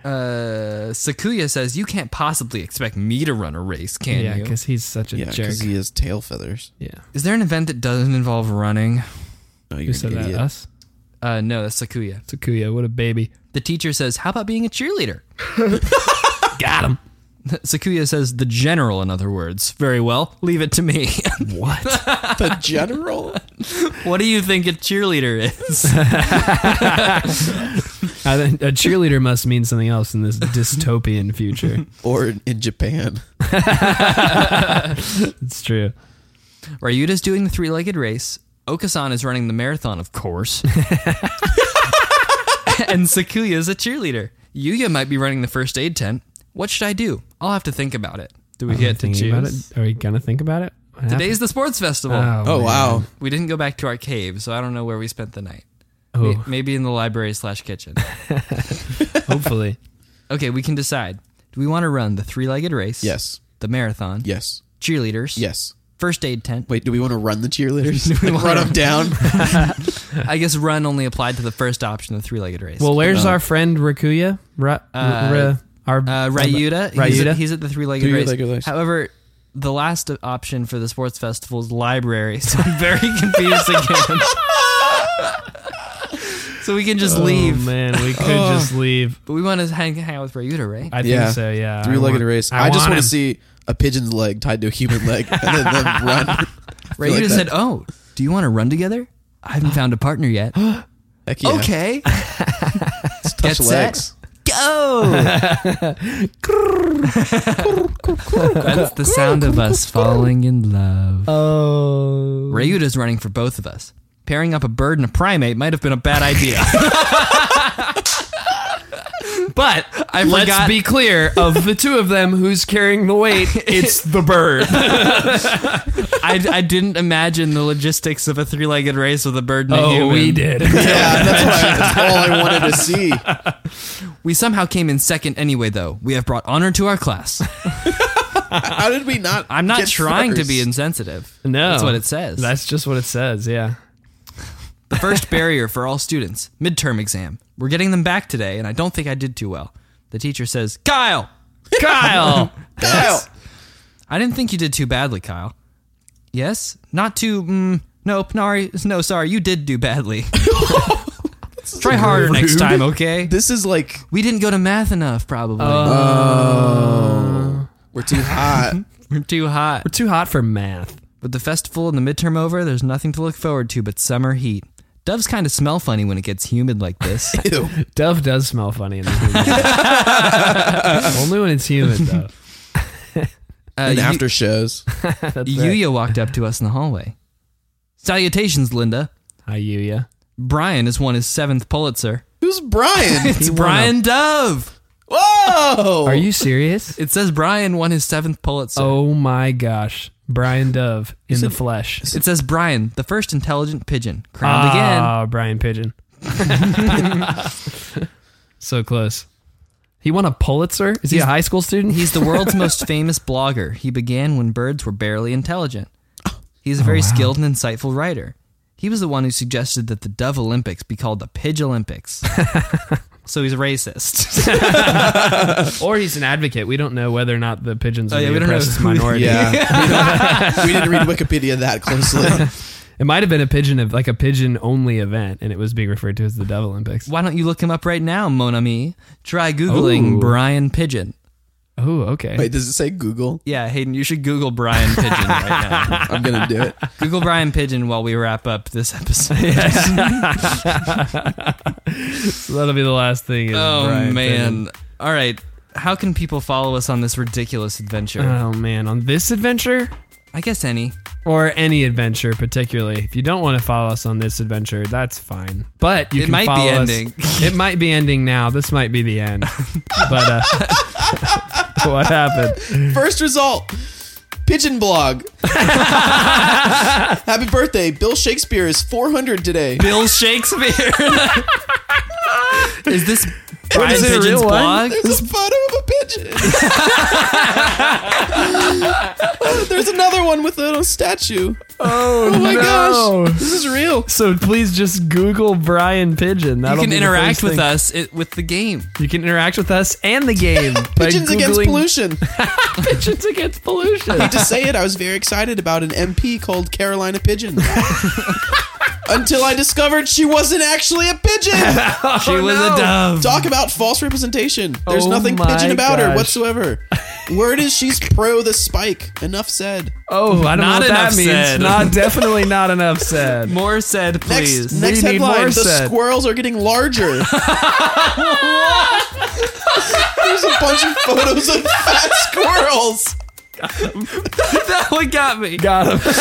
Speaker 1: Uh, Sakuya says, You can't possibly expect me to run a race, can
Speaker 3: Yeah,
Speaker 1: you?
Speaker 3: because he's such a
Speaker 2: Yeah,
Speaker 3: jerk.
Speaker 2: because he has tail feathers.
Speaker 3: yeah.
Speaker 1: Is there an event that doesn't involve running?
Speaker 2: Oh,
Speaker 3: Who
Speaker 2: you're
Speaker 3: said
Speaker 2: an
Speaker 3: that?
Speaker 2: idiot.
Speaker 3: Us?
Speaker 1: Uh, no, that's Sakuya.
Speaker 3: Takuya, what a baby.
Speaker 1: The teacher says, How about being a cheerleader?
Speaker 3: Got him.
Speaker 1: Sakuya says, The general, in other words. Very well, leave it to me.
Speaker 3: What?
Speaker 2: The general?
Speaker 1: what do you think a cheerleader is?
Speaker 3: I think a cheerleader must mean something else in this dystopian future.
Speaker 2: or in Japan.
Speaker 3: It's true.
Speaker 1: Ryuta's doing the three legged race. Okasan is running the marathon, of course. and Sakuya is a cheerleader. Yuya might be running the first aid tent. What should I do? I'll have to think about it. Do we get to
Speaker 3: Thinking about
Speaker 1: choose?
Speaker 3: it? Ah, Are we gonna think about it? What happened?
Speaker 1: Today's the sports festival.
Speaker 2: Oh, wow.
Speaker 1: We didn't go back to our cave, so I don't know where we spent the night.
Speaker 3: Oh,
Speaker 1: May- Maybe in the library slash kitchen.
Speaker 3: hopefully.
Speaker 1: Okay, we can decide. Do we want to run the three legged race?
Speaker 2: Yes.
Speaker 1: The marathon?
Speaker 2: Yes.
Speaker 1: Cheerleaders?
Speaker 2: Yes.
Speaker 1: First aid tent?
Speaker 2: Wait, do we want to run the cheerleaders? Like, run them down?
Speaker 1: I guess run only applied to the first option, the three legged race.
Speaker 3: Well, where's
Speaker 2: No.
Speaker 3: our friend Rakuya? Ra-
Speaker 1: Uh,
Speaker 3: ra- our
Speaker 1: Uh, Ryuta. He's
Speaker 3: Ryuta?
Speaker 1: at, he's at the three legged race.
Speaker 2: Three-legged race.
Speaker 1: However, the last option for the sports festival is library, so I'm very confused again. so we can just
Speaker 3: Oh,
Speaker 1: leave.
Speaker 3: man, we could just leave.
Speaker 1: But we want to hang, hang out with Ryuta, right?
Speaker 3: I think
Speaker 2: Yeah.
Speaker 3: so. Yeah, I
Speaker 2: Three-legged
Speaker 3: want-
Speaker 2: race.
Speaker 3: I,
Speaker 2: I, just
Speaker 3: want
Speaker 2: want
Speaker 3: him.
Speaker 2: to see a pigeon's leg tied to a human leg and then them run.
Speaker 1: Ryuta
Speaker 2: like that.
Speaker 1: said, Oh, do you want to run together? I haven't found a partner yet.
Speaker 2: Heck yeah.
Speaker 1: Okay.
Speaker 2: Let's touch
Speaker 1: Get set.
Speaker 2: legs.
Speaker 1: Go! That's the sound of us falling in love.
Speaker 3: Oh,
Speaker 1: Ryuta's running for both of us. Pairing up a bird and a primate might have been a bad idea. but I
Speaker 3: let's
Speaker 1: forgot.
Speaker 3: be clear: of the two of them, who's carrying the weight? It's the bird.
Speaker 1: I, I didn't imagine the logistics of a three-legged race with a bird and a human.
Speaker 3: Oh, did.
Speaker 2: Yeah, that's, what I, that's all I wanted to see.
Speaker 1: We somehow came in second anyway, though. We have brought honor to our class.
Speaker 2: How did we not?
Speaker 1: I'm not
Speaker 2: get
Speaker 1: trying to
Speaker 2: first?
Speaker 1: be insensitive.
Speaker 3: No,
Speaker 1: That's what it says.
Speaker 3: That's just what it says. Yeah.
Speaker 1: The first barrier for all students, midterm exam. We're getting them back today, and I don't think I did too well. The teacher says, Kyle! Kyle!
Speaker 2: Kyle,
Speaker 1: I didn't think you did too badly, Kyle. Yes? Not too. Mm, nope. Nari. No, sorry. You did do badly. Try harder next time, okay?
Speaker 2: this is like
Speaker 1: We didn't go to math enough, probably.
Speaker 2: we're too hot.
Speaker 1: We're too hot.
Speaker 3: We're too hot for math.
Speaker 1: With the festival and the midterm over, there's nothing to look forward to but summer heat. Doves kind of smell funny when it gets humid like this.
Speaker 2: Ew.
Speaker 3: Dove does smell funny in this movie. Only when it's human, though.
Speaker 1: Uh,
Speaker 2: and
Speaker 1: Yu-
Speaker 2: after shows.
Speaker 3: That's right.
Speaker 1: Yuya walked up to us in the hallway. Salutations, Linda.
Speaker 3: Hi, Yuya.
Speaker 1: Brian has won his seventh Pulitzer.
Speaker 2: Who's Brian?
Speaker 1: It's
Speaker 3: won a-
Speaker 1: Brian Dove.
Speaker 2: Whoa!
Speaker 3: Are you serious?
Speaker 1: It says Brian won his seventh Pulitzer.
Speaker 3: Oh my gosh. Brian Dove in the flesh.
Speaker 1: It says Brian, the first intelligent pigeon, crowned again.
Speaker 3: Ah, Brian Pigeon. so close. He won a Pulitzer? Is he a
Speaker 1: He's-
Speaker 3: high school student?
Speaker 1: He's the world's most famous blogger. He began when birds were barely intelligent. He's a
Speaker 3: Oh,
Speaker 1: very skilled and insightful writer. He was the one who suggested that the Dove Olympics be called the Pidge Olympics. so he's racist.
Speaker 3: Or he's an advocate. We don't know whether or not the pigeons are
Speaker 1: Oh, yeah,
Speaker 3: the
Speaker 1: we don't know
Speaker 3: oppressed
Speaker 1: who-
Speaker 3: minority.
Speaker 2: Yeah. we didn't read Wikipedia that closely.
Speaker 3: It might have been a pigeon of like a pigeon only event, and it was being referred to as the Devil Olympics.
Speaker 1: Why don't you look him up right now, mon ami? Try Googling
Speaker 3: Ooh.
Speaker 1: Brian Pigeon.
Speaker 3: Oh, okay.
Speaker 2: Wait, does it say Google?
Speaker 1: Yeah, Hayden, you should Google Brian Pigeon right now.
Speaker 2: I'm going to do it.
Speaker 1: Google Brian Pigeon while we wrap up this episode.
Speaker 3: So that'll be the last thing. is
Speaker 1: Oh,
Speaker 3: Brian
Speaker 1: man.
Speaker 3: Pigeon.
Speaker 1: All right. How can people follow us on this ridiculous adventure?
Speaker 3: Oh man, on this adventure
Speaker 1: I guess any.
Speaker 3: or any adventure particularly. If you don't want to follow us on this adventure, that's fine. But you
Speaker 1: It
Speaker 3: can
Speaker 1: might be
Speaker 3: follow us-
Speaker 1: ending.
Speaker 3: It might be ending now. This might be the end. but uh, what happened?
Speaker 2: First result Pigeon blog. Happy birthday. Bill Shakespeare is 400 today.
Speaker 1: Bill Shakespeare. Is this Brian
Speaker 3: is it, a
Speaker 1: Pigeon's
Speaker 3: real one?
Speaker 1: blog?
Speaker 2: There's a photo of a pigeon. There's another one with a little statue.
Speaker 3: Oh,
Speaker 2: Oh my
Speaker 3: no.
Speaker 2: gosh. This is real.
Speaker 3: So please just Google Brian Pigeon.
Speaker 1: You
Speaker 3: That'll
Speaker 1: can
Speaker 3: be the
Speaker 1: interact
Speaker 3: first
Speaker 1: with
Speaker 3: thing.
Speaker 1: us it, with the game.
Speaker 3: You can interact with us and the game. by
Speaker 2: Pigeons against
Speaker 3: Googling
Speaker 2: pollution.
Speaker 3: Pigeons against pollution.
Speaker 2: to say it, I was very excited about an MP called Carolina Pigeon. Until I discovered she wasn't actually a pigeon.
Speaker 1: she was
Speaker 3: Oh, no.
Speaker 1: a dove.
Speaker 2: Talk about false representation. There's
Speaker 3: Oh
Speaker 2: nothing
Speaker 3: my
Speaker 2: pigeon about her
Speaker 3: gosh.
Speaker 2: whatsoever. Word is she's pro the spike. Enough said.
Speaker 3: Oh, I don't
Speaker 1: Not
Speaker 3: know what that
Speaker 1: enough
Speaker 3: means.
Speaker 1: said.
Speaker 3: Not definitely not enough said.
Speaker 1: More said, please.
Speaker 2: Next, next
Speaker 3: We need
Speaker 2: headline:
Speaker 3: more
Speaker 2: The
Speaker 3: said.
Speaker 2: squirrels are getting larger. There's a bunch of photos of fat squirrels.
Speaker 1: that one got me.
Speaker 3: Got him.
Speaker 2: This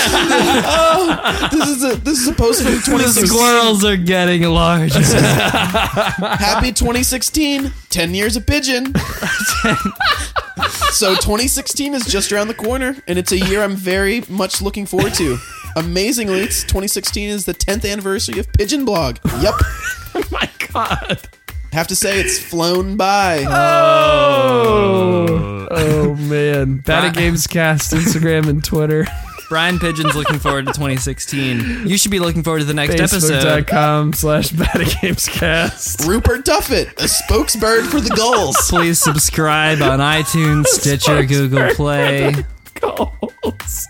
Speaker 2: is a this is a post from
Speaker 1: The
Speaker 2: 2016.
Speaker 1: squirrels are getting large.
Speaker 2: Happy 2016. 10 years a pigeon. so 2016 is just around the corner, and it's a year I'm very much looking forward to. Amazingly, it's 2016 is the 10th anniversary of Pigeon Blog. Yep.
Speaker 3: my god.
Speaker 2: Have to say, it's flown by.
Speaker 3: Oh. Oh man. Bata
Speaker 1: Bri-
Speaker 3: Games Cast, Instagram and Twitter.
Speaker 1: Brian Pigeon's looking forward to 2016. You should be looking forward to the next episode.
Speaker 3: Facebook.com slash Bata Games Cast.
Speaker 2: Rupert Duffett, a spokesbird for the gulls.
Speaker 1: Please subscribe on iTunes, Stitcher, Google Play,
Speaker 3: Goals.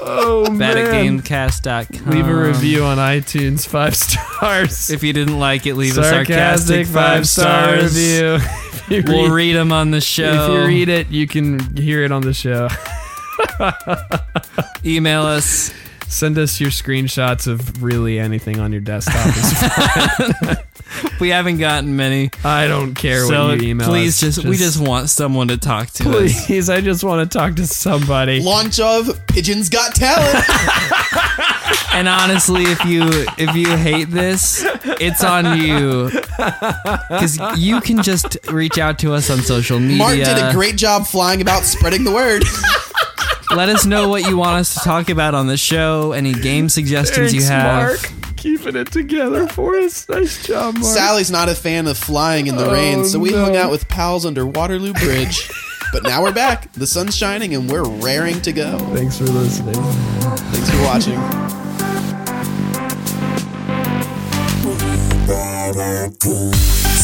Speaker 3: Oh man.
Speaker 1: BatTGameCast.com.
Speaker 3: Leave a review on iTunes, five stars.
Speaker 1: Um. If you didn't like it, leave a sarcastic
Speaker 3: five star
Speaker 1: stars.
Speaker 3: review. If you
Speaker 1: We'll
Speaker 3: read-
Speaker 1: read them on the show.
Speaker 3: If you read it, you can hear it on the show.
Speaker 1: Email us.
Speaker 3: Send us your screenshots of really anything on your desktop.
Speaker 1: We haven't gotten many,
Speaker 3: I don't care
Speaker 1: so
Speaker 3: what you email.
Speaker 1: please
Speaker 3: us.
Speaker 1: just, we just want someone to talk to. us.
Speaker 3: please. I just want to talk to somebody.
Speaker 2: Launch of Pigeons Got Talent.
Speaker 1: And honestly, if you if you hate this, it's on you. Because you can just reach out to us on social media.
Speaker 2: Mark did a great job flying about spreading the word.
Speaker 1: Let us know what you want us to talk about on the show. Any game suggestions you have.
Speaker 3: Mark, keeping it together for us. Nice job, Mark.
Speaker 2: Sally's not a fan of flying in the
Speaker 3: Oh,
Speaker 2: rain, so we hung
Speaker 3: no.
Speaker 2: out with pals under Waterloo Bridge. but now we're back. The sun's shining and we're raring to go.
Speaker 3: Thanks for listening.
Speaker 2: Thanks for watching.
Speaker 4: Better Goons.